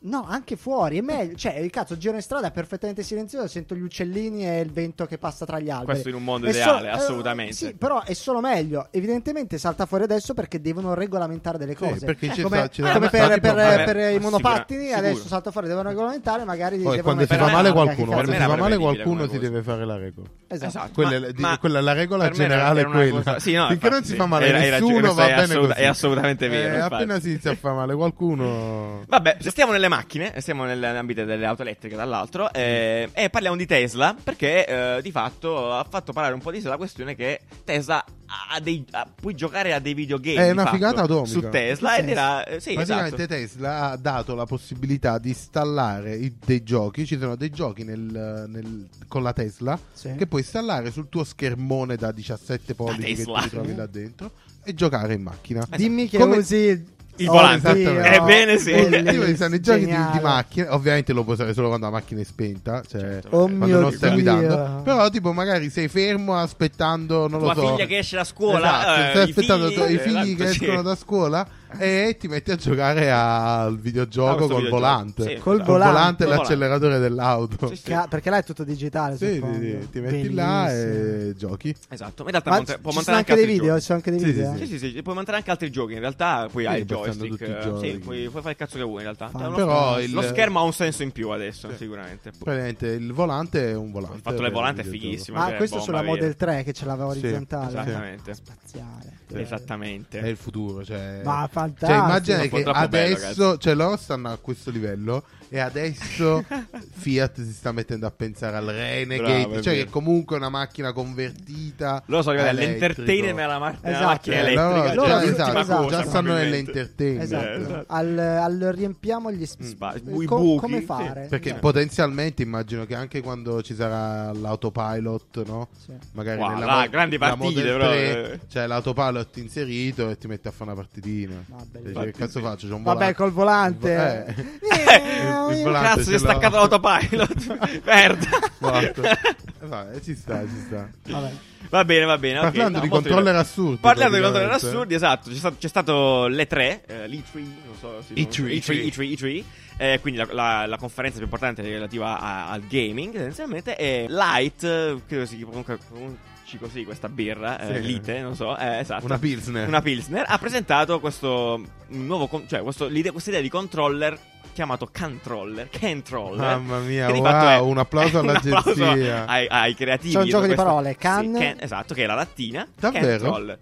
S1: no, anche fuori è meglio. Cioè, il cazzo, giro in strada è perfettamente silenzioso, sento gli uccellini e il vento che passa tra gli alberi.
S2: Questo in un mondo
S1: È
S2: ideale,
S1: solo- eh,
S2: assolutamente.
S1: Sì, però è solo meglio. Evidentemente salta fuori adesso perché devono regolamentare delle
S3: Sì,
S1: cose.
S3: perché
S1: Eh,
S3: ci
S1: come,
S3: sta- ci sono
S1: come per, per-
S3: stati problemi.
S1: per
S2: Ma
S1: i
S2: sicura-
S1: monopattini,
S2: sicuro.
S1: adesso salta fuori, devono regolamentare, magari
S3: Poi
S1: devono
S3: quando si
S1: mettere
S3: fa
S1: la
S3: male
S1: targa, che
S3: qualcuno,
S1: cazzo
S2: Per
S3: quando si
S1: ne
S2: me
S3: fa
S2: era
S3: male
S2: prevedibile
S3: qualcuno
S2: come
S3: si
S2: cosa.
S3: deve fare la regola.
S1: so. Esatto.
S3: Quella,
S2: Ma-
S3: è- di-
S2: ma-
S3: quella- la regola
S2: per me era-
S3: generale è
S2: era una
S3: quella.
S2: cosa- sì, no,
S3: Finché
S2: infatti,
S3: non si
S2: sì.
S3: fa male
S2: Era- era-
S3: nessuno,
S2: questa
S3: va
S2: è
S3: bene
S2: assoluta-
S3: così.
S2: è assolutamente vero,
S3: Eh,
S2: infatti.
S3: appena si inizia a fare male qualcuno...
S2: Vabbè, se stiamo nelle macchine, e stiamo nell'ambito delle auto elettriche dall'altro, eh, e parliamo di Tesla, perché eh, di fatto ha fatto parlare un po' di sé la questione che Tesla ha dei, ha- puoi giocare a dei videogame
S3: È
S2: di
S3: una
S2: fatto,
S3: figata atomica.
S2: su Tesla
S1: Che
S2: ed era... eh, Sì,
S3: Praticamente
S2: esatto.
S3: Tesla ha dato la possibilità di installare i- dei giochi. Ci sono dei giochi nel- nel- con la Tesla
S1: Sì.
S3: che puoi installare sul tuo schermone da 17 pollici che
S2: Tesla. Eh,
S3: ti trovi là dentro e giocare in macchina.
S1: Dimmi che
S3: Esatto. Come-
S1: usi Oh,
S2: Il volante.
S1: Dio,
S2: Ebbene sì.
S1: bellissimo,
S3: Io ci sono i giochi di,
S1: geniale.
S3: di macchina, ovviamente lo puoi usare solo quando la macchina è spenta, cioè
S2: Certo.
S1: Oh
S2: Quando
S3: quando
S1: mio
S3: non stai
S1: Dio.
S3: guidando. Però, tipo, magari sei fermo aspettando, non
S2: Tua
S3: lo so.
S2: figlia che esce da scuola,
S3: Esatto,
S2: eh,
S3: stai
S2: i
S3: aspettando
S2: figli,
S3: tu- i
S2: eh,
S3: figli,
S2: tanto
S3: che
S2: sì.
S3: escono da scuola e ti metti a giocare al
S2: Ah,
S3: videogioco
S2: questo
S3: col
S2: videogioco.
S3: volante.
S2: Sì,
S1: Col
S2: esatto.
S3: Col volante
S1: volante.
S3: e
S2: Col
S3: l'acceleratore dell'auto.
S2: Sì, sì.
S1: Ca- perché là è tutto digitale.
S3: Sì, sì,
S1: suppongo.
S3: sì, Ti metti là
S1: Bellissimo.
S3: e giochi.
S2: Esatto, ma in realtà
S1: Ma
S2: monta-
S1: ci
S2: può
S1: ci
S2: montare
S1: sono anche
S2: anche
S1: dei
S2: altri
S1: video,
S2: giochi.
S1: ci sono anche dei
S3: Sì,
S1: video.
S3: sì,
S1: eh.
S2: Sì, sì, sì, puoi montare anche altri giochi. In realtà, poi
S3: Sì,
S2: hai il
S3: puoi fare
S2: joystick.
S3: tutti i
S2: eh, Sì,
S3: giochi.
S2: puoi, puoi fare il cazzo che vuoi. In realtà,
S1: Fa-
S2: Cioè, uno-
S3: però il-
S2: lo schermo ha un senso in più adesso,
S3: Sì.
S2: sicuramente.
S3: Praticamente il volante è un volante.
S2: Il fatto del
S3: per
S2: volante è
S3: videogioco.
S2: fighissimo.
S1: Ma
S2: cioè,
S1: Ah, questo
S2: bomba,
S1: sulla
S2: via.
S1: Model 3 che ce l'aveva
S3: Sì,
S1: orizzontale.
S2: esattamente.
S1: Spaziale.
S3: Sì.
S2: Esattamente.
S3: È il futuro, cioè.
S1: Ma
S3: Cioè,
S1: fantastico.
S3: immagina
S2: Troppo
S3: che
S2: bello,
S3: adesso,
S2: ragazzi.
S3: cioè, loro stanno a questo livello e adesso Fiat si sta mettendo a pensare al Renegade,
S2: Bravo, è
S3: cioè
S2: vero.
S3: che comunque è una macchina convertita.
S2: Loro sono arrivati
S3: elettrico.
S2: all'entertainment e alla ma- alla
S1: Esatto.
S2: macchina
S3: Cioè,
S2: elettrica.
S3: loro-
S2: cioè,
S1: loro-
S2: l'ultima
S3: esatto,
S1: esatto,
S2: cosa,
S3: già stanno
S2: probabilmente.
S3: nell'entertainment.
S1: Esatto.
S2: Esatto.
S1: Al, al riempiamo gli spazi.
S2: Spa- i buchi,
S1: come
S2: sì.
S1: fare?
S3: Perché
S1: Esatto.
S3: potenzialmente immagino che anche quando ci sarà l'autopilot, no?
S1: Sì.
S3: Magari
S2: Wow,
S3: nella
S2: là,
S3: mo-
S2: grandi
S3: la
S2: partite,
S3: Model
S2: però,
S3: 3,
S2: eh.
S3: c'è l'autopilot inserito e ti mette a fare una partitina.
S1: Ah, bello.
S3: Cioè,
S2: Infatti,
S3: che cazzo
S2: sì.
S3: faccio? C'è un
S1: Vabbè,
S3: volante.
S1: col volante.
S3: Eh.
S1: Eh,
S3: Il
S1: io-
S3: volante
S2: Cazzo, si è
S3: ce l'ho.
S2: staccato l'autopilot. Merda.
S3: Morto.
S2: Eh,
S3: Vabbè, eh, ci sta, ci sta.
S1: Vabbè.
S2: Va bene, va bene. ok,
S3: Parlando
S2: no,
S3: di
S2: molto
S3: controller
S2: divertente.
S3: assurdi,
S2: Parlando di
S3: praticamente.
S2: controller assurdi, esatto. C'è stato, c'è stato l'E3, eh, l'E3, non so. sì,
S3: E3,
S2: non- E3, E3, E3, eh, quindi la, la- la conferenza più importante relativa a- al gaming, tendenzialmente. E Light, eh, credo si comunque. comunque così questa birra, eh,
S3: Sì.
S2: lite, non so, eh, esatto.
S3: Una Pilsner.
S2: Una Pilsner ha presentato questo nuovo, con- cioè questo- l'idea- questa idea di controller chiamato Controller, Controller.
S3: Mamma mia,
S2: che di
S3: wow,
S2: fatto è-
S3: un applauso
S2: è un applauso
S3: all'agenzia.
S2: ai, ai creativi.
S1: C'è un gioco di
S2: questo-
S1: parole,
S2: sì,
S1: can-
S2: can- esatto, che è la latina.
S3: Davvero?
S2: Controller.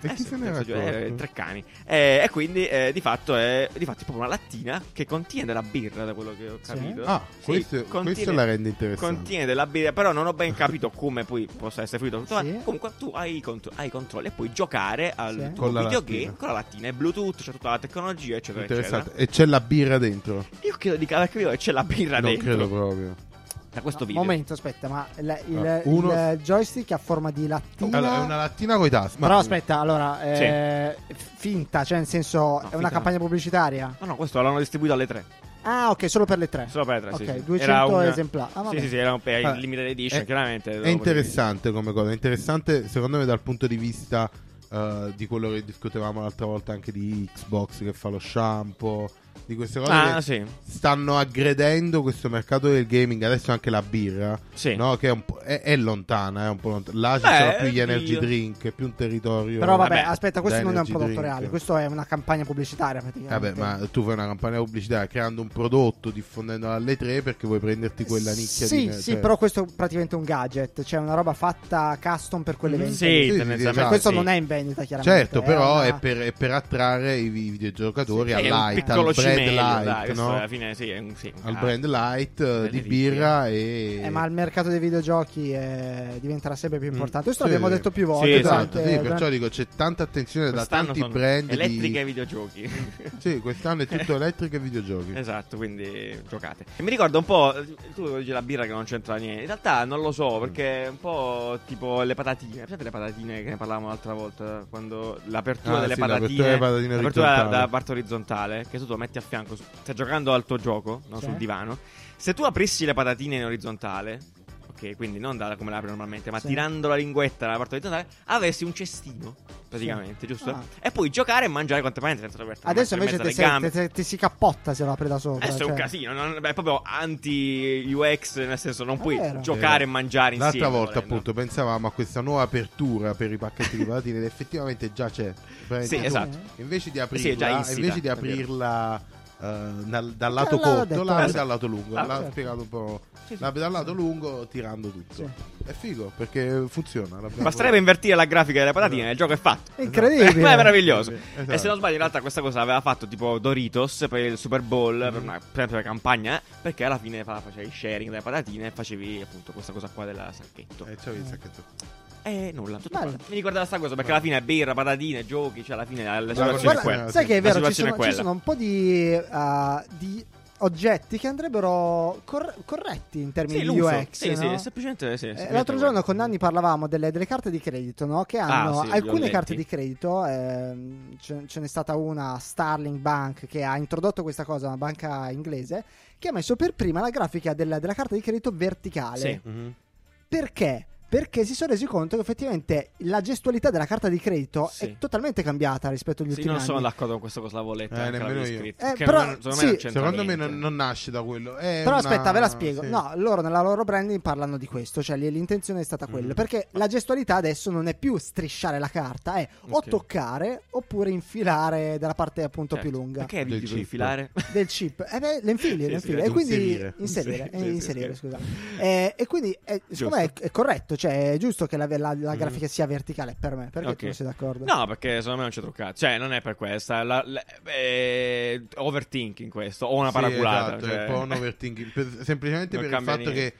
S3: E
S2: Eh
S3: chi
S2: sì,
S3: se ne
S2: penso
S3: era
S2: di- eh,
S3: accorto?
S2: tre cani. Eh, e quindi eh, di fatto è di fatto è proprio una lattina che contiene della birra, da quello che ho
S1: Sì.
S2: capito.
S3: Ah,
S2: Sì,
S3: questo, questo
S2: contiene-
S3: la rende interessante.
S2: Contiene della birra, però non ho ben capito come poi possa essere fruito. tutto.
S1: Sì.
S2: Ma Comunque tu hai i, contro- hai i controlli e puoi giocare al
S1: Sì.
S2: tuo
S3: Con la
S2: videogame
S3: lattina.
S2: con la lattina e Bluetooth, c'è tutta la tecnologia, eccetera, eccetera.
S3: Interessante. E c'è la birra dentro.
S2: Io credo di capire che c'è la birra
S3: non
S2: dentro.
S3: credo proprio.
S2: da questo
S1: No,
S2: video.
S1: Ah, Momento, aspetta, ma il, il-
S3: Ah, uno-
S1: il joystick a forma di lattina.
S3: Allora, è una lattina con i tasti.
S1: Però aspetta, allora, eh, finta, cioè nel senso, è
S2: finta
S1: una
S2: no.
S1: campagna pubblicitaria.
S2: No, no, questo l'hanno distribuito alle tre.
S1: Ah, ok, solo per le tre.
S2: Solo per le tre. sì,
S1: Ok,
S2: sì.
S1: 200
S2: Era un-
S1: esemplari. Ah, vabbè.
S2: sì, sì, sì, era un per
S3: Ah,
S2: il limited edition,
S3: è-
S2: chiaramente.
S3: È
S2: dopo-
S3: interessante come cosa, è interessante secondo me dal punto di vista eh, di quello che discutevamo l'altra volta anche di Xbox che fa lo shampoo, di queste cose
S2: Ah,
S3: che
S2: sì.
S3: stanno aggredendo questo mercato del gaming, adesso anche la birra,
S2: Sì.
S3: no? che è, un po'- è- è lontana, è un po' lontana. Là ci
S2: Beh,
S3: sono più gli energy
S2: oddio.
S3: drink, è più un territorio.
S1: Però vabbè,
S2: Vabbè,
S1: aspetta, questo
S3: da
S1: non è un
S3: energy
S1: prodotto
S3: drink.
S1: reale, questo è una campagna pubblicitaria praticamente.
S3: Vabbè, ma tu fai una campagna pubblicitaria creando un prodotto, diffondendola alle tre perché vuoi prenderti quella nicchia
S1: sì,
S3: di
S1: Sì,
S3: cioè-
S1: però questo è praticamente un gadget, cioè una roba fatta custom per quelle vendite. Cioè,
S2: Sì,
S3: Mm-hmm. sì,
S2: tendenzialmente.
S3: esatto.
S1: Questo
S2: sì.
S1: non è in vendita, chiaramente.
S3: Certo, però
S1: una-
S3: è, per, è per attrarre i vi- videogiocatori
S2: Sì,
S3: al
S2: è un
S3: light, al
S2: piccolo
S3: bread
S2: cimelio,
S3: light,
S2: dai, questo
S3: no?
S2: alla fine sì, è un, sì, ah. un
S3: al
S2: ca-
S3: brand light eh,
S2: Brand
S3: di
S2: di
S3: birra e
S1: Eh, ma il mercato dei videogiochi eh, diventerà sempre più importante. Questo
S3: Mm. Sì.
S1: l'abbiamo detto più volte.
S2: Sì,
S3: esatto,
S1: durante-
S3: sì,
S1: durante-
S3: perciò dico c'è tanta attenzione da
S2: Quest'anno
S3: tanti
S2: sono
S3: brand
S2: elettriche ai
S3: di...
S2: videogiochi.
S3: Sì, quest'anno è tutto elettrico e videogiochi.
S2: Esatto, quindi giocate. E mi ricorda un po'. eh, Tu dici la birra che non c'entra niente. In realtà non lo
S1: Mm.
S2: so, perché è un po' tipo le patatine. Sapete le patatine che ne parlavamo l'altra volta? Quando l'apertura
S3: Ah,
S2: delle
S3: sì,
S2: patatine.
S3: l'apertura delle patatine
S2: l'apertura da-
S3: orizzontale.
S2: dalla parte orizzontale, che tu lo metti a fianco. su- Stai giocando al tuo gioco, no?
S1: Sì.
S2: sul divano. Se tu aprissi le patatine in orizzontale. Ok, quindi non da come le apri normalmente, ma
S1: Sì.
S2: tirando la linguetta dalla parte orizzontale, avessi un cestino, praticamente, giamente, giusto?
S1: Ah.
S2: E puoi giocare e mangiare quanto senza dover
S1: Adesso invece
S2: mettere in mezzo
S1: ti,
S2: alle
S1: sei-
S2: gambe.
S1: ti- ti- ti si cappotta se lo apre da sopra.
S2: Adesso è
S1: cioè.
S2: un casino, non- beh, è proprio anti UX, nel senso non
S1: È
S2: puoi
S1: Ah, vero.
S2: giocare e mangiare
S3: L'altra
S2: insieme.
S3: volta
S2: volendo.
S3: appunto pensavamo a questa nuova apertura per i pacchetti di patatine ed effettivamente già c'è. Prendi
S2: Sì,
S3: tu-
S2: esatto. Sì,
S3: Invece di
S2: è già
S3: aprirla,
S2: insita,
S3: invece di
S2: è vero.
S3: aprirla eh, dal, dal lato
S1: l'ha
S3: corto,
S1: detto,
S3: l'apri
S1: eh,
S3: dal lato lungo.
S2: Ah,
S3: l'ha
S1: certo.
S3: spiegato un po'.
S2: Sì, sì.
S3: L'apri dal lato lungo tirando tutto.
S1: Sì.
S3: È figo perché funziona. l'abbiamo-
S2: Basterebbe invertire la grafica delle patatine, il gioco è fatto.
S1: Incredibile.
S2: Ma è meraviglioso.
S3: Esatto.
S2: E se non sbaglio, in realtà questa cosa l'aveva fatto tipo Doritos per il Super Bowl,
S3: Mm-hmm.
S2: per una per esempio, la campagna, perché alla fine fa- facevi il sharing delle patatine e facevi appunto questa cosa qua del sacchetto.
S3: Eh, c'avevi il sacchetto.
S2: E nulla. tutto
S1: Bello.
S2: qua. Mi ricordava sta cosa perché alla fine è birra, patatine, giochi, cioè alla fine la, la
S3: Guarda,
S2: situazione è
S3: guarda,
S2: quella.
S1: sai che è
S2: La
S1: vero, ci
S2: situazione
S1: sono,
S2: è
S1: ci
S2: quella.
S1: sono un po' di, eh, di oggetti che andrebbero cor- corretti in termini
S2: Sì,
S1: di
S2: l'uso.
S1: UX.
S2: Sì, sì,
S1: no?
S2: semplicemente sì,
S1: Eh,
S2: semplicemente
S1: l'altro
S2: quello.
S1: giorno con Nanni parlavamo delle, delle carte di credito, no? Che
S2: Ah,
S1: hanno
S2: sì, li ho
S1: alcune
S2: letti.
S1: carte di credito, ehm, ce, ce n'è stata una Starling Bank che ha introdotto questa cosa, una banca inglese, che ha messo per prima la grafica della, della carta di credito verticale.
S2: Sì.
S3: Mhm.
S1: Perché? Perché si sono resi conto che effettivamente la gestualità della carta di credito
S2: Sì.
S1: è totalmente cambiata rispetto agli
S2: Sì,
S1: ultimi
S2: non sono
S1: anni.
S2: d'accordo con questa cosa, l'avevo letta.
S3: Eh,
S2: anche
S3: nemmeno
S2: l'avevo
S3: io.
S2: scritta,
S1: Eh,
S2: che
S1: però,
S2: non- secondo
S1: sì.
S2: me non c'entra
S3: Secondo me non,
S2: niente.
S3: non nasce da quello. È
S1: Però
S3: una-
S1: aspetta, ve la spiego.
S3: sì.
S1: No, loro nella loro branding parlano di questo, cioè lì l'intenzione è stata
S2: Mm.
S1: quella. Perché la gestualità adesso non è più strisciare la carta, è o
S2: Ok.
S1: toccare oppure infilare dalla parte appunto
S2: Certo.
S1: più lunga
S2: Perché
S3: Del
S2: eviti di
S3: chip.
S2: infilare?
S1: del chip. Eh beh, le infili,
S2: Sì,
S1: le
S2: sì,
S1: infili. e quindi
S3: inserire.
S1: inserire,
S2: Sì,
S1: eh,
S2: sì, sì,
S1: inserire,
S2: sì.
S1: scusa. Eh, e quindi eh, secondo me è,
S2: Giusto. Mm.
S1: è corretto, cioè è giusto che la, la- la grafica sia verticale per me, perché
S2: Ok.
S1: tu non sei d'accordo?
S2: No, perché secondo me non c'è truccato. Cioè, non è per questa. La, la- eh, overthinking questo, o una
S3: Sì,
S2: paraculata.
S3: esatto,
S2: cioè.
S3: è un po' un overthinking. Per- semplicemente
S2: Non
S3: per il
S2: cambia
S3: fatto
S2: niente.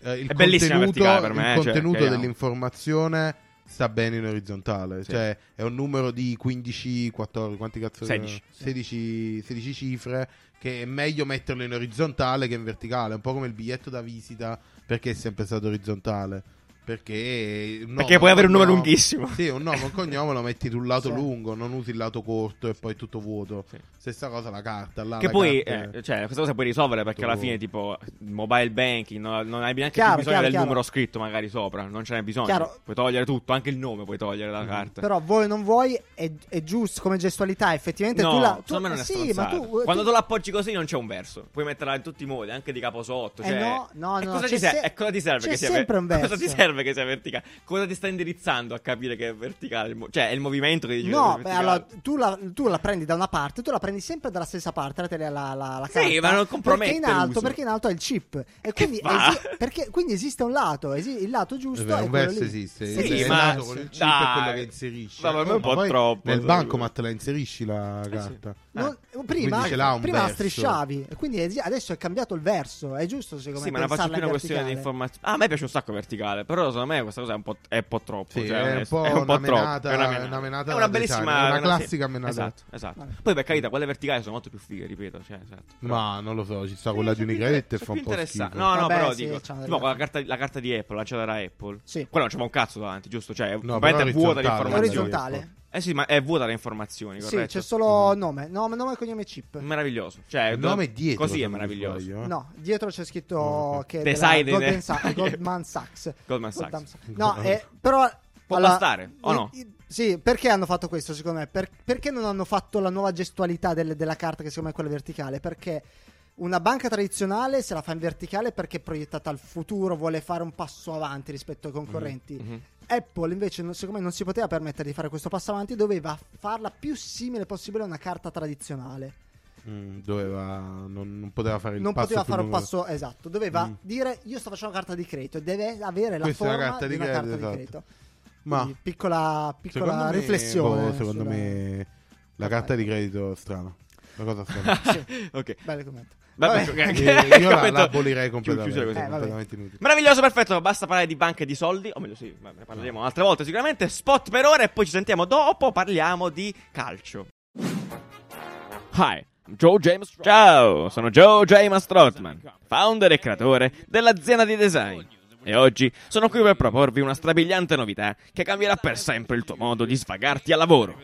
S3: che eh, il
S2: È bellissima
S3: contenuto,
S2: verticale per me,
S3: il
S2: eh, cioè,
S3: contenuto
S2: chiariamo.
S3: dell'informazione sta bene in orizzontale.
S2: Sì.
S3: Cioè, è un numero di 15, 14, quanti cazzo
S2: 16.
S3: 16, 16 cifre. Che è meglio metterlo in orizzontale che in verticale. È un po' come il biglietto da visita, perché è sempre stato orizzontale. Perché,
S2: Perché
S3: un nome,
S2: puoi avere un numero
S3: cognome-
S2: lunghissimo.
S3: Sì, un nome, un cognome lo metti sul lato
S1: Sì.
S3: lungo, non usi il lato corto e poi tutto vuoto.
S2: Sì.
S3: Stessa cosa la carta. Là
S2: Che
S3: la
S2: poi,
S3: carta-
S2: eh, cioè, questa cosa puoi risolvere perché
S3: Tu-
S2: alla fine, tipo, mobile banking, no- non hai neanche
S1: Chiaro,
S2: più bisogno
S1: chiaro,
S2: del
S1: chiaro.
S2: numero scritto magari sopra, non ce n'è bisogno.
S1: Chiaro. Mm-hmm.
S2: Puoi togliere tutto, anche il nome puoi togliere dalla carta.
S1: Però voi non vuoi, è, è giusto come gestualità, effettivamente tu la... Tu,
S2: secondo me non è
S1: sì, ma
S2: stronzata.
S1: tu, eh, tu-
S2: Quando tu l'appoggi così non c'è un verso. Puoi metterla in tutti i modi, anche di capo sotto.
S1: Eh
S2: Cioè,
S1: no, no,
S2: e
S1: no,
S2: cosa,
S1: c'è
S2: ti ser-
S1: se-
S2: e cosa ti serve
S1: c'è
S2: che sia
S1: sempre un verso.
S2: Cosa ti serve che sia verticale? Cosa ti sta indirizzando a capire che è verticale? il mo- Cioè, è il movimento che ti dice
S1: No,
S2: che
S1: beh,
S2: è verticale.
S1: allora tu la, tu la prendi da una parte, tu la prendi sempre dalla stessa parte, la, tele- la, la, la
S2: Sì,
S1: carta,
S2: ma non compromette
S1: Perché in alto,
S2: l'uso.
S1: perché in alto è il chip. E quindi,
S2: fa?
S1: esi- perché- quindi esiste un lato, esi- il lato giusto
S3: Vabbè,
S1: è
S3: un
S1: quello
S3: verso
S1: lì.
S3: esiste.
S1: Sì, esatto,
S3: il
S2: Sì,
S3: verso
S2: ma-
S3: nato con il chip è quello
S2: dai.
S3: che inserisci.
S2: Vabbè, ma è un po'
S3: poi
S2: troppo, eh.
S3: Nel
S2: sai.
S3: bancomat la inserisci la
S2: sì.
S3: carta.
S1: Non- prima,
S3: Ah, Quindi ce l'ha un
S1: prima la
S3: verso.
S1: strisciavi, quindi es- adesso è cambiato il verso. È giusto, secondo
S2: Sì,
S1: me.
S2: ma la faccio
S1: pensarla
S2: più una
S1: in
S2: questione di
S1: verticale.
S2: informazione. Ah, a me piace un sacco verticale, però secondo me questa cosa è un po', è un po' troppo.
S3: Sì,
S2: cioè,
S3: è un
S2: onesto,
S3: po'
S2: è un po'
S3: una
S2: troppo.
S3: menata-
S2: è una
S3: una
S2: menata.
S3: menata
S2: È
S3: alla
S2: una bellissima.
S3: Design, una
S2: sì,
S3: classica menata.
S2: Esatto, esatto.
S1: Vabbè.
S2: Poi per carità, quelle verticali sono molto più fighe, ripeto. Cioè, esatto. Però-
S3: Ma non lo so, ci sta
S2: Sì,
S3: quella di
S2: sono più
S3: Unicredit e
S2: inter-
S3: fa
S2: sono
S3: un
S2: più
S3: po'
S2: interessante.
S3: schifo.
S2: No, no,
S1: Vabbè,
S2: però
S1: sì,
S2: dico.
S1: c'ha
S2: Tipo,
S1: delle-
S2: con la carta, la carta di Apple, lanciata da Apple.
S1: Sì.
S2: Quella non c'è un cazzo davanti, giusto? Cioè, è
S3: No,
S2: veramente
S3: però è
S2: vuota di
S3: orizzontale,
S1: È
S2: informazioni.
S3: guarda,
S1: orizzontale.
S2: Eh sì, ma è vuota di informazioni,
S1: Sì,
S2: corretto?
S1: c'è
S2: Mm.
S1: solo nome. Nome, nome e cognome chip.
S2: Meraviglioso. Cioè,
S3: Il
S2: do-
S3: nome è dietro.
S2: Così
S3: se
S2: è
S3: non mi
S2: meraviglioso.
S3: sbaglio, eh.
S1: No, dietro c'è scritto
S3: Oh, ok.
S1: che è
S2: Design-
S1: della Goldman, Sa- Goldman Sachs.
S2: eh. Goldman Sachs.
S1: No, eh, però
S2: Può
S1: alla-
S2: bastare, o no?
S1: i- i- Sì, perché hanno fatto questo secondo me? Per- perché non hanno fatto la nuova gestualità del- della carta che secondo me è quella verticale? Perché una banca tradizionale se la fa in verticale perché è proiettata al futuro, vuole fare un passo avanti rispetto ai concorrenti.
S2: Mhm.
S1: Apple invece non- secondo me non si poteva permettere di fare questo passo avanti, doveva farla più simile possibile a una carta tradizionale.
S3: Mm, doveva, non, non poteva fare il
S1: non
S3: passo
S1: poteva
S3: più
S1: fare un
S3: lungo.
S1: passo esatto doveva
S3: Mm.
S1: dire io sto facendo carta di credito e deve avere la
S3: Questa è la
S1: forma
S3: carta
S1: di
S3: di
S1: una carta
S3: credito,
S1: di
S3: esatto.
S1: credito
S3: Ma
S1: Quindi piccola, piccola
S3: secondo me-
S1: riflessione
S3: boh, secondo
S1: sulla-
S3: me la
S1: Ok.
S3: carta di credito è strana. Una cosa strana.
S1: Sì,
S2: Ok.
S1: bello commento
S2: Vabbè,
S1: Vabbè.
S2: ok,
S3: Eh, io la,
S2: capito.
S3: la
S2: Chiuso
S3: abolirei completamente.
S2: così.
S1: Eh, vabbè.
S3: completamente inutile.
S2: Meraviglioso, perfetto. Basta parlare di banche e di soldi. O meglio, sì, ma ne parleremo un'altra volta sicuramente. Spot per ora e poi ci sentiamo dopo. Parliamo di calcio. Hi. Joe James Ciao, sono Joe James Trotman, founder e creatore dell'azienda di design. E oggi sono qui per proporvi una strabiliante novità che cambierà per sempre il tuo modo di svagarti al lavoro.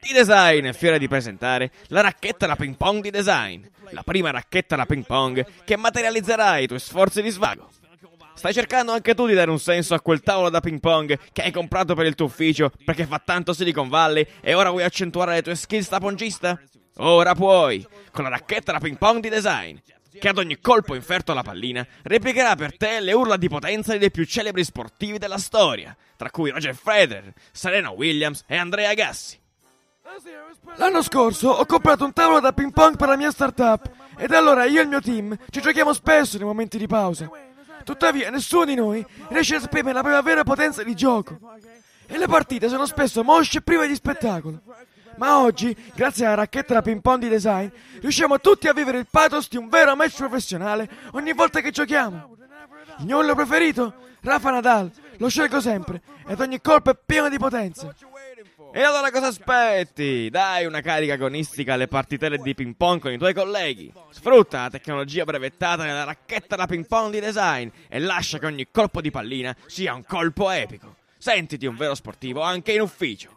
S2: T-Design è fiera di presentare la racchetta da ping pong di design, la prima racchetta da ping pong che materializzerà i tuoi sforzi di svago. Stai cercando anche tu di dare un senso a quel tavolo da ping pong che hai comprato per il tuo ufficio perché fa tanto Silicon Valley e ora vuoi accentuare le tue skills da pongista? Ora puoi, con la racchetta da ping pong di design, che ad ogni colpo inferto alla pallina replicherà per te le urla di potenza dei più celebri sportivi della storia, tra cui Roger Federer, Serena Williams e Andrea Gassi. L'anno scorso ho comprato un tavolo da ping pong per la mia startup ed allora io e il mio team ci giochiamo spesso nei momenti di pausa. Tuttavia nessuno di noi riesce a esprimere la propria vera potenza di gioco e le partite sono spesso mosce e prive di spettacolo. Ma oggi, grazie alla racchetta da ping pong di design, riusciamo tutti a vivere il pathos di un vero match professionale ogni volta che giochiamo. Il mio urlo preferito? Rafa Nadal, lo scelgo sempre ed ogni colpo è pieno di potenza. E allora cosa aspetti? Dai una carica agonistica alle partitelle di ping pong con i tuoi colleghi. Sfrutta la tecnologia brevettata nella racchetta da ping pong di design e lascia che ogni colpo di pallina sia un colpo epico. Sentiti un vero sportivo anche in ufficio.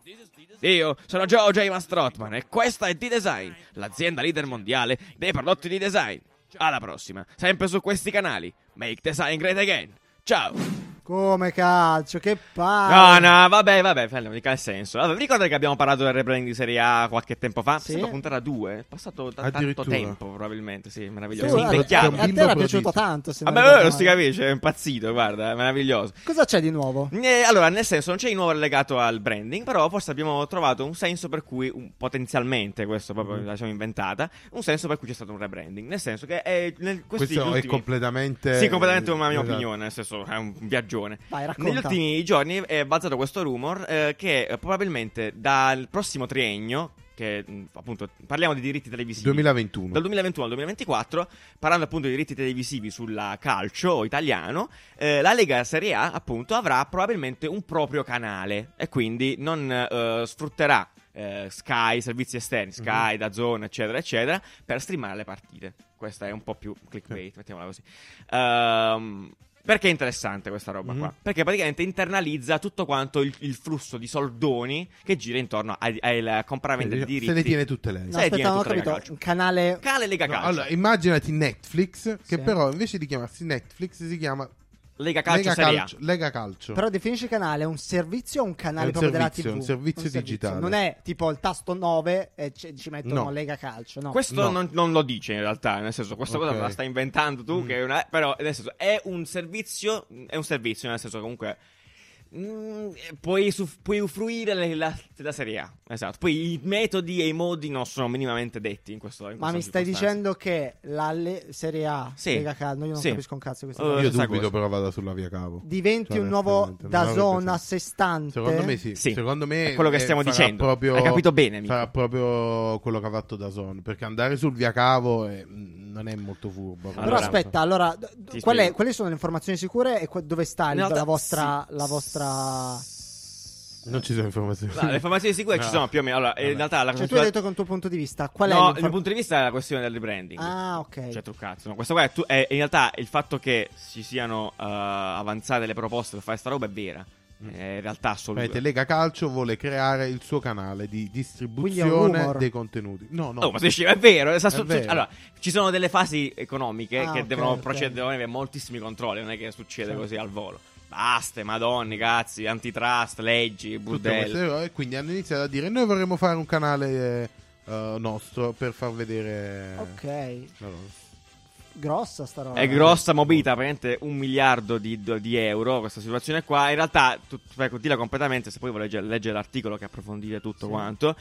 S2: Io sono Joe J. Mastrotman e questa è D-Design, l'azienda leader mondiale dei prodotti di design. Alla prossima, sempre su questi canali. Make Design Great Again. Ciao!
S1: come calcio che
S2: No,
S1: palle
S2: no, vabbè, vabbè, Fellino, dica il senso. Allora, vi ricordate che abbiamo parlato del rebranding di Serie A qualche tempo fa?
S1: Sì.
S2: Sembra puntare a due. È passato ta- tanto
S3: Addirittura.
S2: tempo, probabilmente, sì,
S1: Tu,
S2: meraviglioso.
S1: a-
S2: Sì,
S1: a te
S2: invecchiato.
S3: Bimbo
S1: era
S3: prodigio.
S1: piaciuto tanto se non
S2: Vabbè, vabbè,
S1: ricordo
S2: non si
S1: male.
S2: capisce, è impazzito, guarda, è meraviglioso.
S1: cosa c'è di nuovo
S2: Eh, Allora, nel senso, non c'è di nuovo legato al branding, però forse abbiamo trovato un senso per cui, un- potenzialmente, questo proprio la siamo inventata, un senso per cui c'è stato un rebranding. Nel senso che eh, nel- questi
S3: Questo è
S2: ultimi-
S3: completamente.
S2: Sì, completamente una mia
S3: Esatto.
S2: opinione, nel senso, è un viaggione.
S1: vai
S2: Negli
S1: racconta
S2: ultimi giorni è balzato questo rumor eh, che eh, probabilmente dal prossimo triennio, che mh, appunto parliamo di diritti televisivi,
S3: 2021.
S2: dal 2021 al 2024, parlando appunto di diritti televisivi sulla calcio italiano, eh, la Lega Serie A appunto avrà probabilmente un proprio canale e quindi non eh, sfrutterà eh, Sky, servizi esterni,
S3: Mhm.
S2: Sky, Dazone, eccetera, eccetera, per streamare le partite. Questa è un po' più clickbait, mettiamola così. Ehm, perché è interessante questa roba
S3: Mhm.
S2: qua? Perché praticamente internalizza tutto quanto il, il flusso di soldoni che gira intorno ai- alla compravendita di
S3: Eh, Se
S2: diritti.
S3: le tiene tutte lei.
S1: no
S2: sai,
S1: aspetta
S2: Dino,
S1: non ho
S2: tutta Lega
S1: capito
S2: Calcio.
S1: un canale
S2: Cale Lega
S3: No,
S2: Calcio.
S3: allora, immaginati Netflix, che
S1: Sì.
S3: però invece di chiamarsi Netflix si chiama
S2: Lega Calcio
S3: Lega,
S2: Serie A.
S3: Calcio, Lega Calcio.
S1: però definisci canale un servizio o un
S3: È
S1: canale
S3: un
S1: proprio
S3: servizio,
S1: della tv
S3: un servizio digitale.
S1: non è tipo il tasto 9 e ci ci mettono
S3: No.
S1: lega calcio no
S2: Questo
S3: No.
S2: non, non lo dice in realtà, nel senso, questa
S3: Ok.
S2: cosa la stai
S1: Mm.
S2: inventando tu, che è una- però nel senso, è un servizio, è un servizio nel senso comunque Mm, eh, puoi, su- puoi usufruire le- la, della serie A. Esatto. Poi i metodi e i modi non sono minimamente detti in questo in
S1: Ma
S2: questa
S1: mi stai
S2: circostanza.
S1: dicendo che la le- Serie A,
S2: Sì.
S1: Lega Caldo, io non
S2: Sì.
S1: capisco un cazzo di queste
S2: Eh,
S1: cose.
S3: Io
S2: stessa cosa.
S3: dubito però vada sulla via cavo.
S1: Diventi
S3: Cioè,
S1: un nuovo
S3: onestamente, non
S1: da
S3: l'avrei
S1: zona a
S3: pensato.
S1: sé stante.
S3: Secondo me sì.
S2: Sì.
S3: Secondo me
S2: È quello che
S3: eh,
S2: stiamo
S3: farà
S2: dicendo.
S3: Proprio,
S2: Hai capito bene, amico.
S3: Sarà proprio quello che ha fatto da Zone. Perché andare sul via cavo eh, mh, non è molto furbo.
S1: Però
S2: Allora-
S1: aspetta, allora, d- d-
S2: Ti
S1: qual è-
S2: spiego.
S1: quali sono le informazioni sicure e qua- dove sta il-
S2: In realtà,
S1: la vostra...
S2: sì.
S1: La vostra... Cioè,
S3: Non ci sono informazioni.
S2: No, Ah, le informazioni sicure ci
S3: No.
S2: sono più o meno. Allora, in
S3: Vabbè.
S2: realtà la
S1: Cioè tu
S2: consulta-
S1: hai detto con il tuo punto di vista, qual è
S2: no, dal mio
S1: l'informazione?
S2: punto di vista è la questione del rebranding.
S1: Ah, ok.
S2: Cioè, truccazzo. No, questo qua è, tu- è- in realtà il fatto che ci siano eh, avanzate le proposte per fare sta roba è vera.
S3: Mm.
S2: È in realtà assoluta.
S3: Vedete, Lega Calcio vuole creare il suo canale di
S1: Quindi è un
S3: distribuzione
S1: rumor.
S3: dei contenuti. No, no.
S2: Oh, ma se usciva, è vero, è sta-
S3: È
S2: su- su-
S3: vero.
S2: Allora, ci sono delle fasi economiche
S1: Ah,
S2: che
S1: ok,
S2: devono
S1: ok. Certo.
S2: procedere, devono avere moltissimi controlli, non è che succede
S1: Sì.
S2: così al volo. Basta, madonni, cazzi, antitrust, leggi,
S3: Tutte
S2: burdelli.
S3: queste cose, e quindi hanno iniziato a dire noi vorremmo fare un canale eh, eh, nostro per far vedere
S1: Ok,
S3: la roba.
S1: grossa sta roba.
S2: È grossa mobita, praticamente un miliardo di, di euro questa situazione qua. In realtà, tu, per continua completamente, se poi vuoi leggere, leggere l'articolo che approfondire tutto
S1: Sì.
S2: quanto,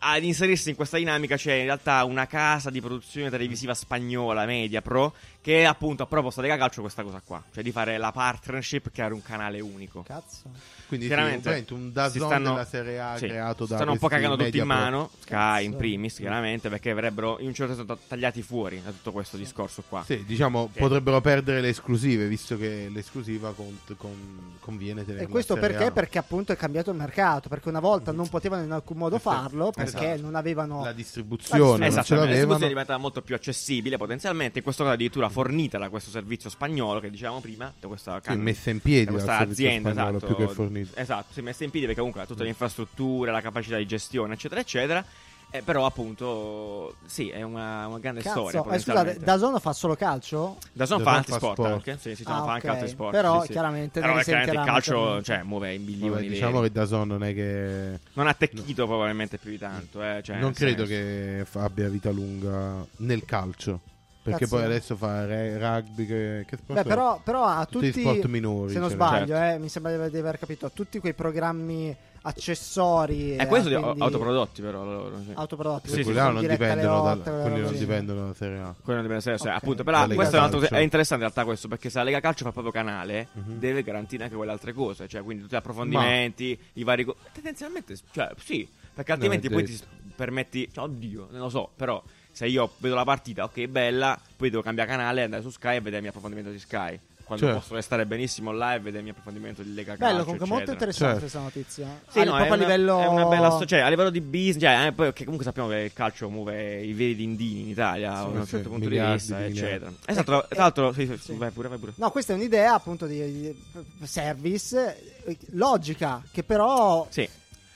S2: ad inserirsi in questa dinamica c'è in realtà una casa di produzione televisiva spagnola, MediaPro, che appunto ha proposto a Lega Calcio questa cosa qua, cioè di fare la partnership, creare un canale unico.
S1: Cazzo.
S3: Quindi
S2: Chiaramente,
S3: sì, veramente un
S2: si
S3: Dazon
S2: stanno-
S3: della Serie A
S2: sì,
S3: creato
S2: si
S3: da
S2: stanno un po'
S3: questi
S2: cagando tutti
S3: media
S2: in
S3: pro.
S2: mano Sky in
S1: Cazzo.
S2: primis chiaramente perché verrebbero in un certo senso ta- tagliati fuori da tutto questo discorso qua
S3: Sì, diciamo,
S2: Sì.
S3: potrebbero perdere le esclusive, visto che l'esclusiva cont- con- conviene tenere
S1: E questo perché? Perché appunto è cambiato il mercato, perché una volta non potevano in alcun modo
S3: Esatto.
S1: farlo perché
S3: Esatto.
S1: non avevano...
S3: la distribuzione non ce
S2: Esattamente, la
S3: l'avevano.
S2: soluzione è diventata molto più accessibile potenzialmente, in questo caso addirittura fornita da questo servizio spagnolo che dicevamo prima, da questa,
S3: Sì,
S2: can-
S3: messa in piedi
S2: da
S3: dal
S2: questa
S3: servizio
S2: azienda,
S3: spagnolo,
S2: esatto,
S3: più che fornita. Mm.
S2: esatto, si è messa in piedi perché comunque ha tutta l'infrastruttura, la capacità di gestione, eccetera, eccetera, Eh, però appunto sì, è una, una grande storia.
S1: Cazzo, eh, scusate,
S2: potenzialmente.
S1: Dazon fa solo calcio?
S2: da Zon
S3: Da
S2: fa
S3: Zon
S2: altri
S3: fa
S2: sport,
S3: sport.
S2: anche, sì, sì, Zon
S1: Ah,
S2: fa anche
S1: ok.
S2: altri sport.
S1: Però
S2: sì, sì.
S1: chiaramente
S2: Però
S1: ne
S2: chiaramente il
S1: risentirà
S2: calcio
S1: maggiormente.
S2: cioè, muove in
S3: Vabbè,
S2: milioni di
S3: diciamo che Dazon non è che...
S2: Non ha tecchito probabilmente più di tanto. eh, cioè,
S3: non
S2: nel
S3: credo
S2: senso.
S3: che fa- abbia vita lunga nel calcio. Perché
S1: Cazzo.
S3: poi adesso fa re- rugby, che, che sport
S1: Beh,
S3: è?
S1: però, però a
S3: Tutti
S1: tutti,
S3: gli sport minori,
S1: se non
S3: cioè,
S1: sbaglio, eh, mi sembra di aver- di aver capito, a tutti quei programmi accessori eh,
S2: E Eh, questo di
S1: quindi-
S2: autoprodotti, però. loro, sì.
S1: autoprodotti,
S2: Sì, sì,
S3: Quelli
S2: sì,
S3: là
S1: sono
S3: non
S1: dirette alle
S3: dipendono, dal-
S1: otto, quelle
S3: quelli
S1: robe
S3: non
S1: lì.
S3: dipendono dalla Serie A.
S2: Quello non deve essere, cioè,
S1: Ok.
S2: appunto.
S3: La
S2: Però
S3: Lega
S2: questo è, un altro-
S3: Calcio.
S2: è interessante in realtà questo, perché se la Lega Calcio fa il proprio canale,
S3: Mhm.
S2: deve garantire anche quelle altre cose, cioè quindi tutti gli approfondimenti, i vari. co- Tendenzialmente, cioè, sì, perché
S3: Non è
S2: altrimenti poi ti
S3: detto.
S2: permetti. cioè, oddio, non lo so, però. Se io vedo la partita, ok, bella, poi devo cambiare canale e andare su Sky e vedermi approfondimento di Sky. Quando
S3: Certo.
S2: posso restare benissimo là e vedermi approfondimento di Lega Calcio.
S1: Bello, comunque molto
S2: eccetera.
S1: interessante
S3: Certo.
S1: questa notizia.
S2: Sì,
S1: Ah,
S2: no,
S1: proprio
S2: è
S1: a
S2: una-
S1: livello
S2: è una bella asso- cioè, a livello di business, cioè, eh, poi- che comunque sappiamo che il calcio muove i veri dindini in Italia, da un
S3: sì,
S2: certo punto di
S3: miliardi
S2: vista,
S3: di
S2: eccetera.
S3: miliardi.
S2: Esatto, tra l'altro, sì, sì,
S1: sì.
S2: vai pure, vai pure.
S1: No, questa è un'idea appunto di, di service eh, logica che però
S2: Sì,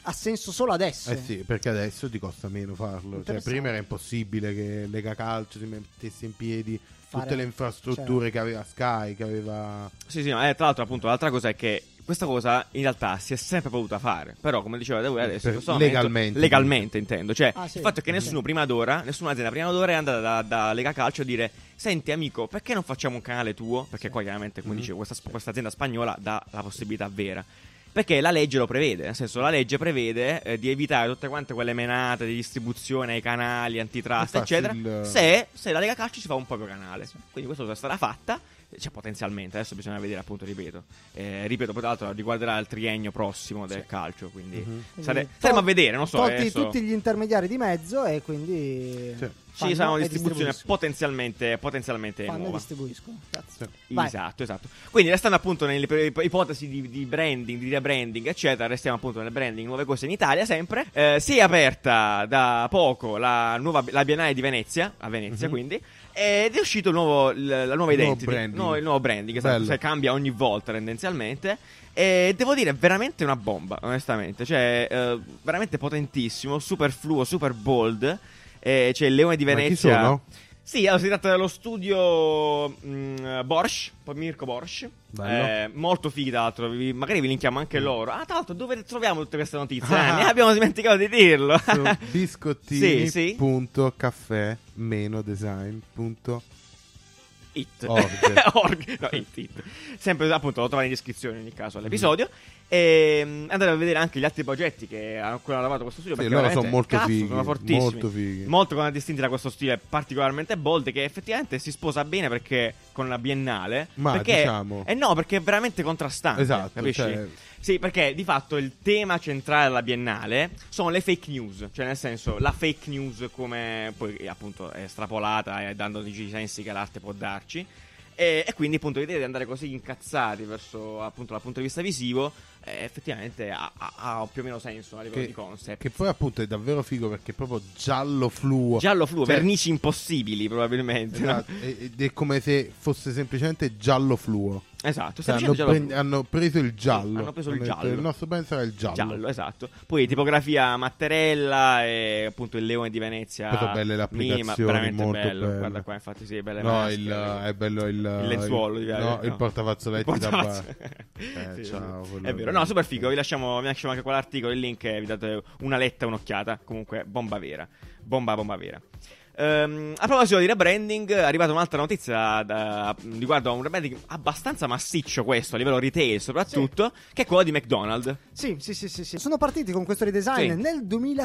S1: ha senso solo adesso.
S3: Eh sì, perché adesso ti costa meno farlo. Cioè,
S1: Interessante.
S3: prima era impossibile che Lega Calcio si mettesse in piedi
S1: Fare- cioè.
S3: tutte le infrastrutture che aveva Sky, che aveva...
S2: sì, sì, ma, eh, tra l'altro, appunto, l'altra cosa è che questa cosa in realtà si è sempre potuta fare, però come diceva Devo adesso, in
S3: Per-
S2: questo momento-
S3: legalmente.
S2: legalmente intendo, cioè
S1: Ah, sì.
S2: il fatto è che nessuno prima d'ora, nessuna azienda prima d'ora è andata da, da Lega Calcio a dire "Senti amico, perché non facciamo un canale tuo?" Perché qua chiaramente, come
S3: Mhm.
S2: dicevo, questa, sp- questa azienda spagnola dà la possibilità vera. Perché la legge lo prevede, nel senso la legge prevede eh, di evitare tutte quante quelle menate di distribuzione ai canali, antitrust,
S3: Infatti
S2: eccetera,
S3: il-
S2: se, se la Lega Calcio ci fa un proprio canale. Quindi questa cosa sarà fatta, cioè potenzialmente, adesso bisogna vedere appunto, ripeto. Eh, ripeto, poi tra l'altro riguarderà il triennio prossimo del calcio, quindi
S3: Mhm.
S1: Quindi
S2: sare-
S1: to-
S2: saremo a vedere, non so.
S1: Tolti
S2: adesso-
S1: tutti gli intermediari di mezzo e quindi
S3: Sì.
S1: fanno
S2: ci sarà una
S1: e
S2: distribuzione
S1: distribuiscono.
S2: potenzialmente, potenzialmente
S1: Fanno e
S2: nuova.
S1: distribuiscono. Cazzo.
S3: Sì.
S1: Vai.
S2: Esatto, esatto. Quindi restando appunto nelle pre- ipotesi di, di branding, di rebranding, eccetera, restiamo appunto nel branding, nuove cose in Italia sempre. Eh, si è aperta da poco la nuova la Biennale di Venezia, a Venezia
S3: Mhm.
S2: quindi, ed è uscito il nuovo, il- la nuova
S3: Il nuovo
S2: identity,
S3: branding.
S2: no, il nuovo branding, esatto,
S3: Bello.
S2: cioè cambia ogni volta tendenzialmente. E devo dire, è veramente una bomba, onestamente. Cioè, eh, veramente potentissimo, super fluo, super bold. Eh, c'è il Leone di
S3: Ma chi
S2: Venezia.
S3: sono?
S2: Sì, allora, si tratta dello studio mh, Borsch, poi Mirko Borsch.
S3: Bello. Mm.
S2: Eh, molto fighi, tra l'altro. vi- magari vi linkiamo anche loro. Ah, tra l'altro, dove troviamo tutte queste notizie?
S3: Ah.
S2: Eh, ne abbiamo dimenticato di dirlo.
S3: Su
S2: Sì, sì.
S3: biscottini.caffè-design.it
S2: It.
S3: Org.
S2: Org. No, it, it. Sempre appunto lo trovate in descrizione in ogni caso all'episodio. E mm, andate a vedere anche gli altri progetti che hanno ancora lavorato questo studio.
S3: Sì,
S2: perché
S3: loro
S2: veramente,
S3: sono molto
S2: cazzo,
S3: fighi,
S2: Sono fortissimi.
S3: molto fighi.
S2: Molto con una distinta da questo stile particolarmente bold che effettivamente si sposa bene perché con la biennale.
S3: Ma,
S2: perché,
S3: diciamo-
S2: Eh no, perché è veramente contrastante.
S3: Esatto,
S2: Capisci?
S3: cioè-
S2: Sì, perché di fatto il tema centrale della biennale sono le fake news, cioè nel senso la fake news come poi eh, appunto è estrapolata e dando tutti i sensi che l'arte può darci. E, e quindi appunto l'idea di andare così incazzati verso appunto dal punto di vista visivo eh, effettivamente ha, ha- ha più o meno senso a livello di
S3: Che,
S2: concept.
S3: che poi appunto è davvero figo perché è proprio giallo fluo.
S2: Giallo fluo,
S3: Cioè-
S2: vernici impossibili probabilmente. no?
S3: Esatto, e- ed è come se fosse semplicemente giallo fluo.
S2: Esatto,
S3: Cioè,
S2: sta
S3: hanno,
S2: dicendo giallo
S3: pre-
S2: fluo.
S3: hanno preso il giallo.
S2: Hanno preso il
S3: detto,
S2: giallo.
S3: Il nostro brand sarà il giallo.
S2: Giallo, esatto. Poi tipografia Mattarella e appunto il Leone di Venezia.
S3: Molto belle le applicazioni,
S2: Minima, veramente
S3: molto
S2: bello.
S3: belle.
S2: Guarda qua, infatti, sì, belle
S3: No,
S2: maschere.
S3: il, è bello il,
S2: Il lenzuolo,
S3: il,
S2: direi,
S3: no, il
S2: Il
S3: portafazzoletti da
S2: portafazzo-
S3: bar.
S2: Sì,
S3: Eh,
S2: sì,
S3: ciao,
S2: sì.
S3: quello
S2: È vero, no, super figo. Vi lasciamo, vi lasciamo anche quell'articolo, il link, eh, vi date una letta, un'occhiata. Comunque, bomba vera. Bomba, bomba vera. Ehm, a proposito di rebranding, è arrivata un'altra notizia da- riguardo a un rebranding abbastanza massiccio, questo a livello retail soprattutto, che è quello di McDonald's.
S1: Sì, sì, sì, sì, sì. Sono partiti con questo redesign
S2: Sì.
S1: nel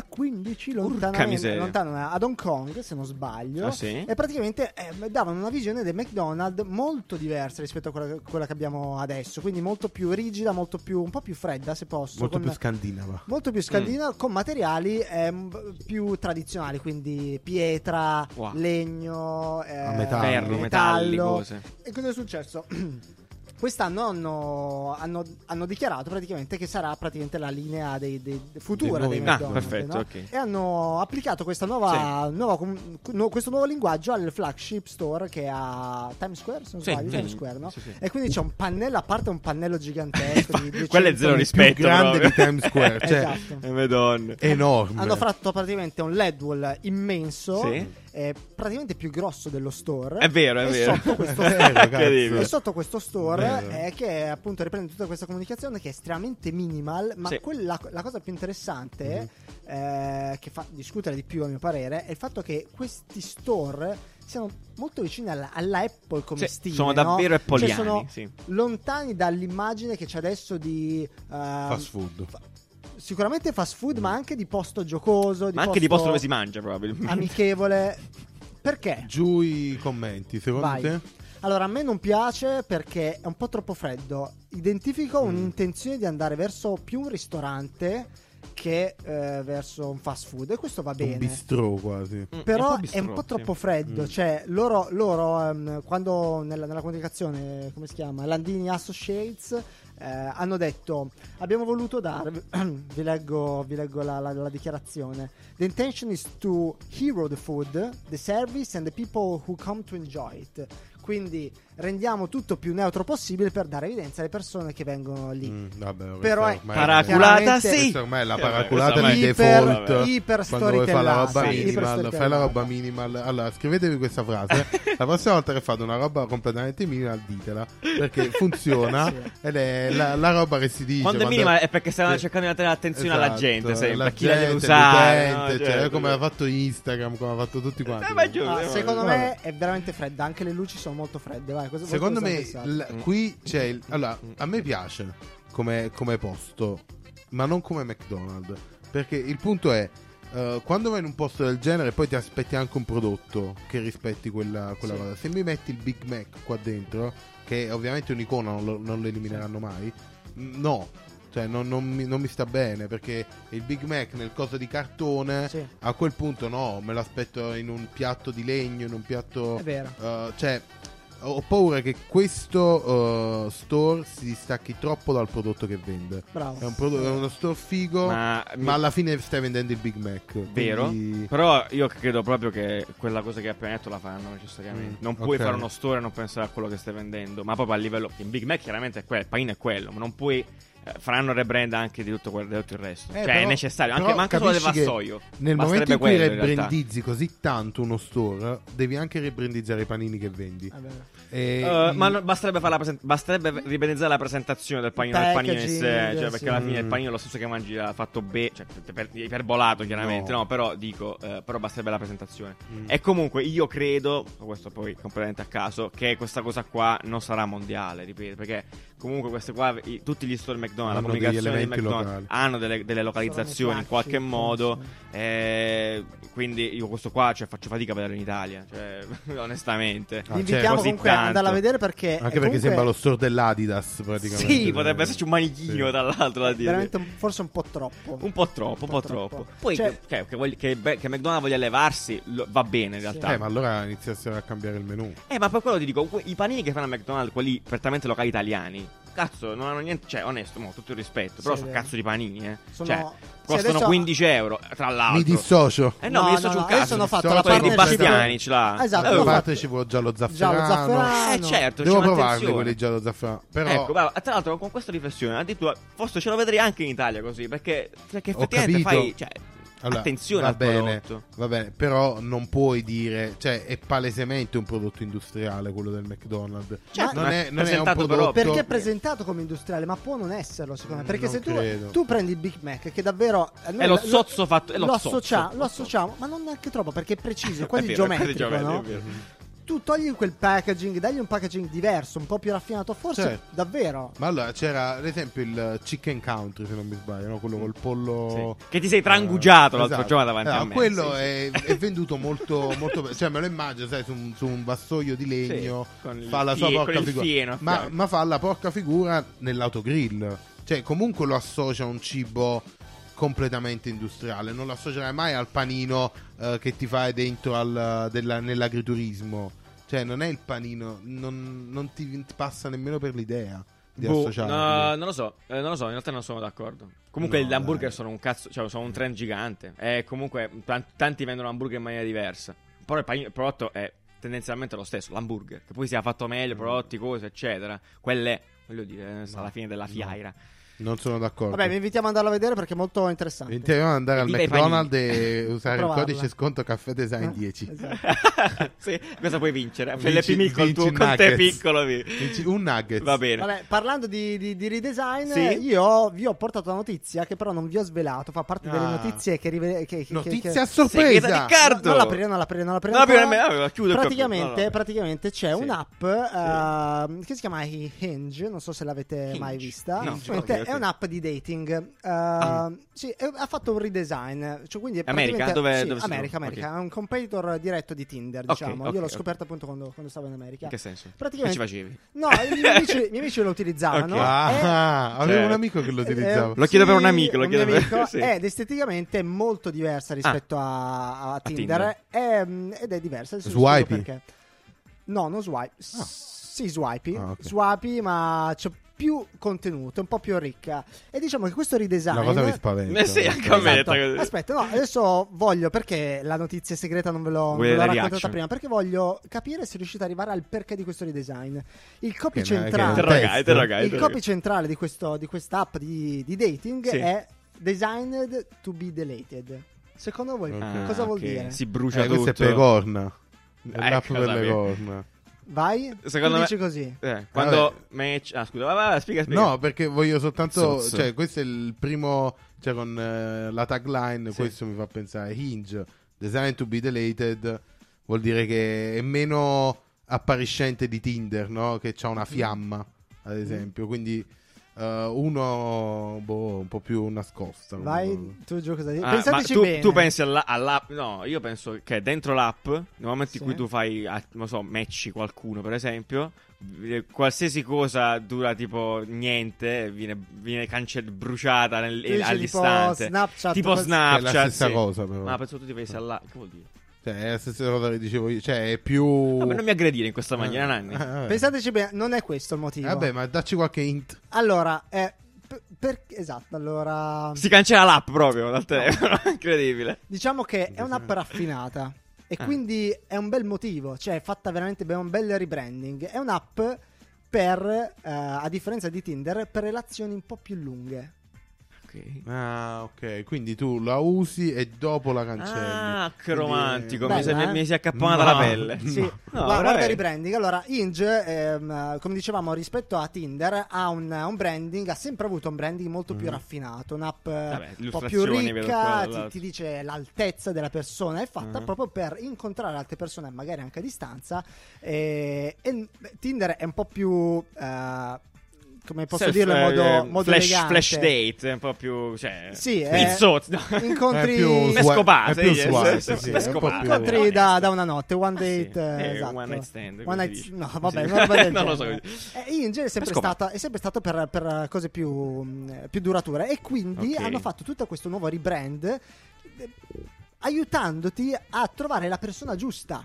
S1: 2015,
S2: Urca
S1: lontanamente,
S2: miseria.
S1: lontano ad Hong Kong, se non sbaglio.
S2: Ah, sì?
S1: E praticamente eh, davano una visione del McDonald's molto diversa rispetto a quella, quella che abbiamo adesso. Quindi molto più rigida, molto più, un po' più fredda, se
S2: eh,
S1: posso.
S3: Molto
S1: con-
S3: più scandinava.
S1: molto più scandinava,
S2: Mm.
S1: con materiali ehm, più tradizionali, quindi pietra,
S2: Wow.
S1: legno, eh,
S3: A metallo.
S2: Ferro,
S3: Eh,
S2: metalli, cose.
S1: e cosa è successo? Quest'anno hanno, hanno- hanno dichiarato praticamente che sarà praticamente la linea dei, dei, futura
S3: Dei
S1: dei
S3: nuovi-
S2: Ah,
S1: McDonald's,
S2: perfetto,
S1: no?
S2: ok.
S1: E hanno applicato questa nuova, nuova com- no- questo nuovo linguaggio al flagship store che è a Times Square, se non
S2: Sì,
S1: sbaglio,
S2: sì.
S1: Times Square, no?
S2: Sì, sì.
S1: e quindi c'è un pannello a parte un pannello gigantesco di 200
S2: Quello è zero
S1: metri-
S2: rispetto.
S3: più grande
S2: proprio.
S3: di Times Square, cioè
S1: Esatto.
S2: Eh, Madonna.
S3: enorme.
S1: Hanno fatto praticamente un LED wall immenso,
S2: Sì.
S1: eh, praticamente più grosso dello store.
S2: È vero, è
S1: e
S2: vero.
S1: Sotto questo
S3: È vero, cazzo.
S2: Incredibile.
S1: E sotto questo store
S3: Bello.
S1: eh, che appunto riprende tutta questa comunicazione che è estremamente minimal, ma
S2: Sì. Mhm.
S1: quella- la cosa più interessante eh, che fa discutere di più a mio parere è il fatto che questi store siano molto vicini alla, alla Apple come
S2: Sì,
S1: stile.
S2: Cioè, sono
S1: no?
S2: davvero appoliani,
S1: Cioè, sono
S2: sì.
S1: lontani dall'immagine che c'è adesso di... eh,
S3: fast food.
S1: Sicuramente fast food, ma anche di posto giocoso.
S2: Ma anche di posto dove si mangia, probabilmente.
S1: Amichevole. Perché?
S3: Giù i commenti, secondo
S1: Vai.
S3: te?
S1: Allora, a me non piace perché è un po' troppo freddo. Identifico un'intenzione di andare verso più un ristorante che eh, verso un fast food e questo va
S3: Un
S1: bene.
S3: bistrò quasi.
S2: Mm,
S1: Però è
S2: bistrò,
S1: un po'
S2: sì.
S1: troppo freddo, cioè loro, loro, ehm, quando nella, nella comunicazione, come si chiama, Landini Associates, eh, hanno detto abbiamo voluto darvi, vi leggo, vi leggo la, la- la dichiarazione, the intention is to hero the food, the service and the people who come to enjoy it. Quindi rendiamo tutto più neutro possibile per dare evidenza alle persone che vengono lì.
S3: Mm, vabbè, questa
S1: Però è-
S3: ormai
S1: Paraculata,
S2: Paraculata,
S1: Chiaramente-
S2: sì.
S3: Questa ormai è la
S2: Eh, beh,
S3: paraculata
S2: questa
S3: di
S1: ormai- Iper-
S3: default.
S1: iper
S3: Quando vuoi fare la roba
S1: storytellata, sì, iper
S3: minimal, fai la
S1: storytellata.
S3: roba minimal. Allora, scrivetevi questa frase. la prossima volta che fate una roba completamente minimal, ditela. Perché funziona
S1: Sì.
S3: ed è la, la roba che si dice.
S2: Quando è minima è perché stavano
S3: stavano
S2: cercando di dare attenzione alla gente, sempre,
S3: la
S2: a chi la deve
S3: gente,
S2: usare, no?
S3: l'utente,
S2: Cioè,
S3: cioè, come
S2: cioè-
S3: ha fatto Instagram, come ha fatto tutti quanti.
S2: Eh, ma è giusto.
S1: Ah, secondo
S3: Vabbè.
S1: me è veramente fredda, anche le luci sono molto fredde. Vai, cosa,
S3: Secondo
S1: cosa
S3: me
S1: pensate?
S3: l- qui c'è il, allora, a me piace come, come posto, ma non come McDonald's, perché il punto è eh, quando vai in un posto del genere poi ti aspetti anche un prodotto che rispetti quella, quella
S1: Sì.
S3: cosa. Se mi metti il Big Mac qua dentro, che ovviamente è un'icona, non lo, non lo elimineranno mai, mh, no. Cioè, non, non mi, non mi sta bene perché il Big Mac nel coso di cartone
S1: Sì.
S3: a quel punto no, me l'aspetto in un piatto di legno, in un piatto
S1: È vero.
S3: Uh, cioè, ho paura che questo uh, store si distacchi troppo dal prodotto che vende.
S1: Bravo.
S3: È, un prodo- è uno store figo, ma,
S2: Ma,
S3: alla fine stai vendendo il Big Mac.
S2: vero?
S3: quindi-
S2: Però io credo proprio che quella cosa che hai appena detto la faranno necessariamente.
S3: Mm,
S2: non puoi
S3: ok.
S2: fare uno store e non pensare a quello che stai vendendo, ma proprio a livello in Big Mac chiaramente è quello, il panino è quello, ma non puoi eh, faranno rebrand anche di tutto, quel, di tutto il resto. cioè,
S3: Eh,
S2: è
S3: però-
S2: necessario, anche,
S3: però
S2: ma anche solo del
S3: capisci che
S2: vassoio.
S3: Nel momento
S2: Basterebbe
S3: in cui
S2: quello, in realtà.
S3: rebrandizzi così tanto uno store, devi anche rebrandizzare i panini che vendi.
S1: Vabbè.
S3: E-
S2: Eh, ma non- basterebbe, fare la presen- basterebbe ripenalizzare la presentazione del panino del panino in sé,
S1: Packaging,
S3: eh,
S2: cioè, perché
S1: sì.
S2: alla fine il panino è lo stesso che mangi ha fatto be- cioè, per- iperbolato chiaramente,
S3: No.
S2: no, però dico, eh, però basterebbe la presentazione.
S3: Mm.
S2: E comunque io credo, questo poi completamente a caso, che questa cosa qua non sarà mondiale, ripeto, perché comunque queste qua, i- tutti gli store McDonald's,
S3: Hanno
S2: la
S3: degli
S2: comunicazione di
S3: elementi
S2: McDonald's
S3: locali.
S2: hanno delle, delle localizzazioni in qualche modo, Cioè, eh, quindi io questo qua cioè, faccio fatica a vederlo in Italia, cioè, onestamente.
S3: Ah,
S1: Vi
S3: cioè,
S1: invitiamo
S2: così
S1: comunque ad
S2: tanto.
S1: andarla a vedere perché. è
S3: anche perché
S1: comunque
S3: sembra lo store dell'Adidas praticamente. Eh,
S2: Sì, potrebbe esserci un manichino
S3: Sì.
S2: dall'altro da dire.
S1: Veramente un- forse un po' troppo.
S2: Un po' troppo, un po' troppo. Poi
S1: Cioè-
S2: che, che- che vogli- che Be- che McDonald's voglia levarsi lo- va bene in realtà.
S3: Eh,
S2: ma...
S3: ma allora iniziassero a cambiare il menu.
S2: Eh, ma per quello ti dico, que- i panini che fanno a McDonald's, quelli prettamente locali italiani, cazzo, non hanno niente, cioè onesto, mo, tutto il rispetto, però
S1: Sì,
S2: sono
S1: vero.
S2: cazzo di panini, eh.
S1: Sono-
S2: cioè,
S1: sì,
S2: costano
S1: adesso-
S2: 15 euro, tra l'altro.
S3: Mi dissocio.
S2: Eh no, mi dissocio un
S1: adesso
S2: cazzo.
S1: hanno
S2: mi
S1: fatto
S3: sono
S1: la
S2: dissocio di
S1: partnership
S2: Bastiani, ce l'ha.
S1: Esatto,
S2: Eh,
S3: Da
S1: hanno
S2: guarda,
S3: parte ci vuole già lo
S1: Già lo
S3: zafferano.
S1: zafferano.
S2: eh, certo,
S3: Devo
S2: c'è
S3: provarli
S2: un'attenzione.
S3: quelli già lo zafferano. Però
S2: Ecco, bravo. tra l'altro con questa riflessione, addirittura forse ce lo vedrei anche in Italia così, perché, perché
S3: Ho
S2: effettivamente
S3: capito.
S2: fai cioè,
S3: Allora,
S2: attenzione
S3: va
S2: al
S3: bene,
S2: prodotto.
S3: va bene, però non puoi dire, cioè è palesemente un prodotto industriale quello del McDonald's.
S1: Certo,
S2: Cioè,
S3: non
S2: ma
S3: è, non è un
S2: presentato
S3: prodotto
S2: però-
S1: Perché è
S2: Tutto-
S1: presentato come industriale, ma può non esserlo, secondo me. Perché
S3: Non
S1: se tu,
S3: credo.
S1: tu prendi il Big Mac, che davvero eh, noi
S2: Mm, È lo
S1: la-
S2: sozzo fatto- è lo
S1: lo,
S2: sozzo.
S1: associa- lo
S2: Lo
S1: associamo, ma non neanche troppo perché è preciso, è
S2: È
S1: quasi
S2: vero, è quasi
S1: geometrico.
S2: geometrico,
S1: no?
S2: è vero.
S1: Tu togli quel packaging, dagli un packaging diverso, un po' più raffinato, forse
S3: Certo.
S1: davvero.
S3: Ma allora c'era ad esempio il Chicken Country, se non mi sbaglio, no? quello col pollo.
S2: Sì. Che ti sei trangugiato
S3: Eh,
S2: l'altro giorno davanti a me,
S3: Quello
S2: sì,
S3: è, è venduto molto, molto. Cioè, me lo immagino, sai, su un, su un vassoio di legno.
S2: Sì, con il
S3: fa la sua
S2: fie-
S3: porca
S2: con il
S3: figura.
S2: fieno a
S3: ma,
S2: fianco.
S3: ma fa la porca figura nell'autogrill. Cioè, comunque lo associa a un cibo completamente industriale. Non lo associerai mai al panino eh, che ti fai dentro al, della- nell'agriturismo. Cioè, non è il panino, non, non ti, ti passa nemmeno per l'idea di
S2: Boh,
S3: associarlo.
S2: no, non lo so, eh, non lo so, in realtà non sono d'accordo. Comunque
S3: No,
S2: gli hamburger
S3: dai.
S2: sono un cazzo, cioè sono un trend gigante. E comunque tan- tanti vendono hamburger in maniera diversa. Però il, panino- il prodotto è tendenzialmente lo stesso, l'hamburger, che poi sia fatto
S3: Mm.
S2: meglio, prodotti, cose, eccetera. Quelle, voglio dire, eh, sta alla fine della fiaira.
S3: Non sono d'accordo.
S1: Vabbè, vi invitiamo ad andarlo a vedere perché è molto interessante.
S3: Intendiamo andare al
S2: Viva i
S3: McDonald's e usare il
S1: Provarla.
S3: codice sconto caffè design 10.
S1: Esatto.
S2: sì, cosa puoi vincere?
S3: Vinci-
S2: Fai le pimi col
S3: vinci
S2: tuo con te
S3: nuggets.
S2: piccolo. vi-
S3: Vinci un nugget.
S2: Va bene.
S1: Vabbè, parlando di, di- di redesign,
S2: Sì?
S1: io vi ho portato una notizia che però non vi ho svelato. Fa parte delle
S3: Ah.
S1: notizie che, rive- che- che- che-
S3: Notizia a
S1: che-
S2: Segreta
S3: sorpresa.
S2: di Cardo.
S1: Non l'aprire, non l'aprire, non l'aprire.
S2: Non l'aprire
S1: ancora.
S2: nemmeno, ah, chiudo il
S1: praticamente,
S2: computer. No, no.
S1: praticamente c'è
S2: Sì.
S1: un'app eh, che si chiama Hinge. Non so se l'avete
S2: Hinge.
S1: mai vista.
S2: No,
S1: Praticamente
S2: ok, ok.
S1: È un'app di dating. eh, sì, è- ha fatto un redesign. Cioè, quindi è
S2: America?
S1: praticamente-
S2: Dove-
S1: sì,
S2: dove si
S1: America,
S2: trova?
S1: America. È un competitor diretto di Tinder.
S2: Ok,
S1: Diciamo.
S2: ok,
S1: Io l'ho
S2: ok.
S1: scoperto appunto quando, quando stavo in America.
S2: In che senso?
S1: Praticamente-
S2: Che ci facevi?
S1: No, i miei amici, i miei amici lo utilizzavano.
S2: Ok.
S3: Ah,
S2: Eh,
S3: avevo
S2: cioè,
S3: un amico che lo
S1: eh,
S3: utilizzava.
S2: Lo chiedo per un amico, lo
S1: un
S2: chiedo
S1: mio
S2: per-
S1: amico. Eh,
S2: sì. Ah.
S1: Ed esteticamente è molto diversa rispetto a, a Tinder. È, mm, ed è diversa. adesso vi spiego
S3: Swipey?
S1: perché. No, non swipe. S-
S3: Ah.
S1: Sì, swipey.
S3: Ah, ok.
S1: Swipey, ma c'è più contenuto, un po' più ricca. E diciamo che questo redesign.
S3: La cosa mi spaventa.
S2: Eh sì, anche a me.
S1: Esatto.
S2: Così.
S1: Aspetta, no, adesso voglio perché la notizia segreta non ve l'ho, non
S2: Vuoi
S1: ve l'ho
S2: la
S1: raccontata
S2: reaction?
S1: prima. Perché voglio capire se riuscite ad arrivare al perché di questo redesign. Il copy
S3: Che non è-
S1: centrale.
S3: che non è-
S2: Interrogai, interrogai.
S1: Il copy centrale di, questo, di questa app di, di dating
S2: Sì.
S1: è designed to be deleted. Secondo voi
S2: Ah,
S1: cosa vuol
S2: ok.
S1: dire?
S2: Si brucia
S3: Eh,
S2: tutto.
S3: questo è per le corna. È
S2: Eh,
S3: l'app per
S2: cosa
S3: le
S2: vi-
S3: corna.
S1: Vai?
S2: Secondo
S1: tu
S2: me-
S1: dici così.
S2: Eh, quando match... Ah, scusa, va, va, va, spiega, spiega.
S3: No, perché voglio soltanto.
S2: Zozzo.
S3: Cioè, questo è il primo. Cioè, con eh, la tagline,
S2: Sì.
S3: questo mi fa pensare. Hinge, design to be deleted. Vuol dire che è meno appariscente di Tinder, no? Che c'ha una fiamma, ad esempio. Quindi. eh, uno boh, un po' più nascosta.
S1: Vai, tu giù cosa dici?
S2: Ah, ma
S1: Pensateci
S2: tu,
S1: bene.
S2: tu pensi alla- all'app? No, io penso che dentro l'app, nel momento
S1: Sì.
S2: in cui tu fai, ah, non so, matchi qualcuno, per esempio, eh, qualsiasi cosa dura tipo niente, viene, viene cance- bruciata nel-
S1: Tu dici tipo
S2: all'istante.
S1: Snapchat,
S2: Tipo
S1: quel-
S3: Che Cioè, è la
S2: Snapchat.
S3: stessa
S2: sì.
S3: cosa, però.
S2: Ma penso tu ti pensi all'app. Che vuol dire?
S3: Cioè, è la stessa cosa che dicevo io. Cioè, è più.
S2: Vabbè, non mi aggredire in questa maniera, Nanni.
S3: Ah, vabbè.
S1: Pensateci bene, non è questo il motivo.
S3: Eh,
S2: Eh,
S3: Vabbè, ma dacci qualche hint.
S1: Allora, eh, per- perché- esatto, allora...
S2: Si cancella l'app proprio dal telefono. Incredibile.
S1: Diciamo che è un'app raffinata e
S2: Ah.
S1: quindi è un bel motivo, cioè è fatta veramente bene, un bel rebranding. È un'app per, eh, a differenza di Tinder, per relazioni un po' più lunghe.
S2: Ok.
S3: Ah, ok. Quindi tu la usi e dopo la cancelli.
S2: Ah, che
S3: Quindi-
S2: romantico.
S1: Bella,
S2: mi, si-
S1: eh?
S2: mi si è accapponata la
S3: No.
S2: pelle.
S1: Sì,
S3: No.
S1: ma guarda
S2: veramente.
S1: il rebranding. Allora, Inge, ehm, come dicevamo, rispetto a Tinder, ha un, un branding, ha sempre avuto un branding molto più raffinato. Un'app eh, un po' più
S2: Mm-hmm. illustrazioni, vedo qua
S1: ricca, ti,
S2: dall'alto.
S1: ti dice l'altezza della persona. È fatta
S2: Mhm.
S1: proprio per incontrare altre persone, magari anche a distanza. eh, e n- Tinder è un po' più. eh, come posso
S2: Self-
S1: dirlo in modo,
S2: eh,
S1: modo
S2: flash,
S1: elegante.
S2: flash date, un po' più. Cioè,
S1: Sì,
S2: il
S1: eh,
S2: sozzo, no?
S1: incontri
S3: È più
S2: Me
S3: Swi-
S2: scopate,
S3: è più
S2: yes.
S3: swipe,
S2: Sì,
S3: sì,
S2: me
S3: è un po'
S2: scopate.
S3: più-
S1: incontri da, da una notte, one
S2: Ah, sì.
S1: date, eh,
S2: Eh,
S1: esatto.
S2: One night stand. come
S1: One
S2: si
S1: night-
S2: dice.
S1: no, vabbè,
S2: Sì.
S1: una roba del
S2: non lo so.
S1: genere. Eh, in genere è sempre,
S2: Ma scopa.
S1: stata- è sempre stato per, per cose più, mh, più durature e quindi
S2: Ok.
S1: hanno fatto tutto questo nuovo rebrand eh, aiutandoti a trovare la persona giusta.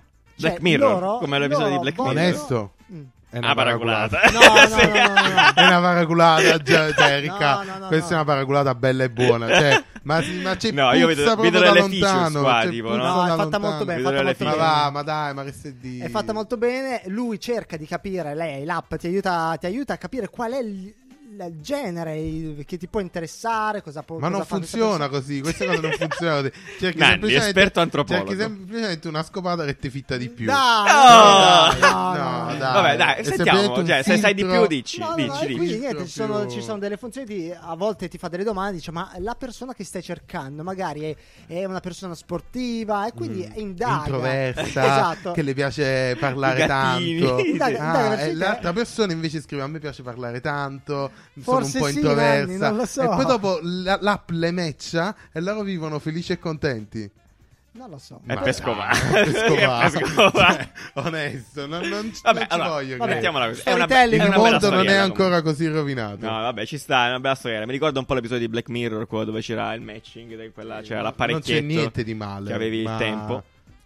S1: Cioè,
S2: Black Mirror,
S1: loro-
S2: come l'episodio
S1: loro
S2: di Black
S1: vogliono-
S2: Mirror.
S3: Onesto.
S1: Mm.
S3: È una
S2: Ah, paraculata.
S1: No, no,
S2: Sì.
S1: no, no, no, no.
S3: È una paraculata, cioè, cioè, Ricca,
S1: no, no,
S3: questa
S1: no.
S3: è una paraculata bella e buona. Cioè, ma, ma c'è
S2: No, io vedo-
S3: puzza proprio
S2: vedo
S3: da
S2: le
S3: lontano.
S2: features qua,
S3: c'è
S2: tipo,
S3: puzza
S1: no? No, è
S3: da
S1: fatta
S3: lontano.
S1: molto bene,
S2: è fatta
S3: Ma
S2: molto bene.
S3: va, ma dai, ma che se di...
S1: È fatta molto bene. Lui cerca di capire, lei, l'app ti aiuta, ti aiuta a capire qual è il, il genere il- che ti può interessare, cosa può
S3: Ma
S1: cosa
S3: non
S1: fa questa
S3: funziona
S1: persona.
S3: così, questa cosa non funziona così. Cerchi
S2: Nanni,
S3: semplicemente-
S2: esperto antropologo.
S3: Cerchi semplicemente una scopata che ti fitta di più.
S1: Dai,
S2: No!
S1: no, no, no, no.
S3: dai.
S2: Vabbè, dai,
S3: È
S2: sentiamo.
S3: semplicemente un
S2: Cioè, se sai di
S3: filtro.
S2: più, dici.
S1: No, no, no,
S2: dici,
S1: e
S2: dici.
S1: quindi niente, ci sono,
S3: Proprio-
S1: ci sono delle funzioni di a volte ti fa delle domande, dice ma la persona che stai cercando magari è, è una persona sportiva e quindi indaga.
S3: Mm. introversa
S1: esatto.
S3: che le piace
S2: I
S3: parlare
S2: gattini.
S3: tanto
S1: Indaga-
S3: Ah,
S1: indaga verso
S3: e
S1: di te.
S3: l'altra persona invece scrive a me piace parlare tanto sono un
S1: Forse
S3: po'
S1: sì,
S3: introversa
S1: Nanni, non lo so.
S3: e poi dopo la- l'app le matcha e loro vivono felici e contenti
S1: Non lo so.
S2: È
S3: Ma-
S2: per scovare.
S3: Ah, per scovare.
S2: È per scovare.
S3: Cioè, onesto non, non,
S2: Vabbè,
S3: non ci
S2: allora,
S3: voglio
S1: vabbè,
S3: credere.
S2: mettiamola così. È una, è
S1: Storytelling.
S2: una
S3: il
S1: una
S2: bella
S3: mondo non è
S2: storiella,
S3: ancora così rovinato
S2: No, vabbè, ci sta, è una bella storia. Mi ricordo un po' l'episodio di Black Mirror, quello dove c'era il matching, de- quella, cioè
S3: non
S2: l'apparecchietto.
S3: c'è niente di male
S2: che avevi il
S3: ma
S2: tempo.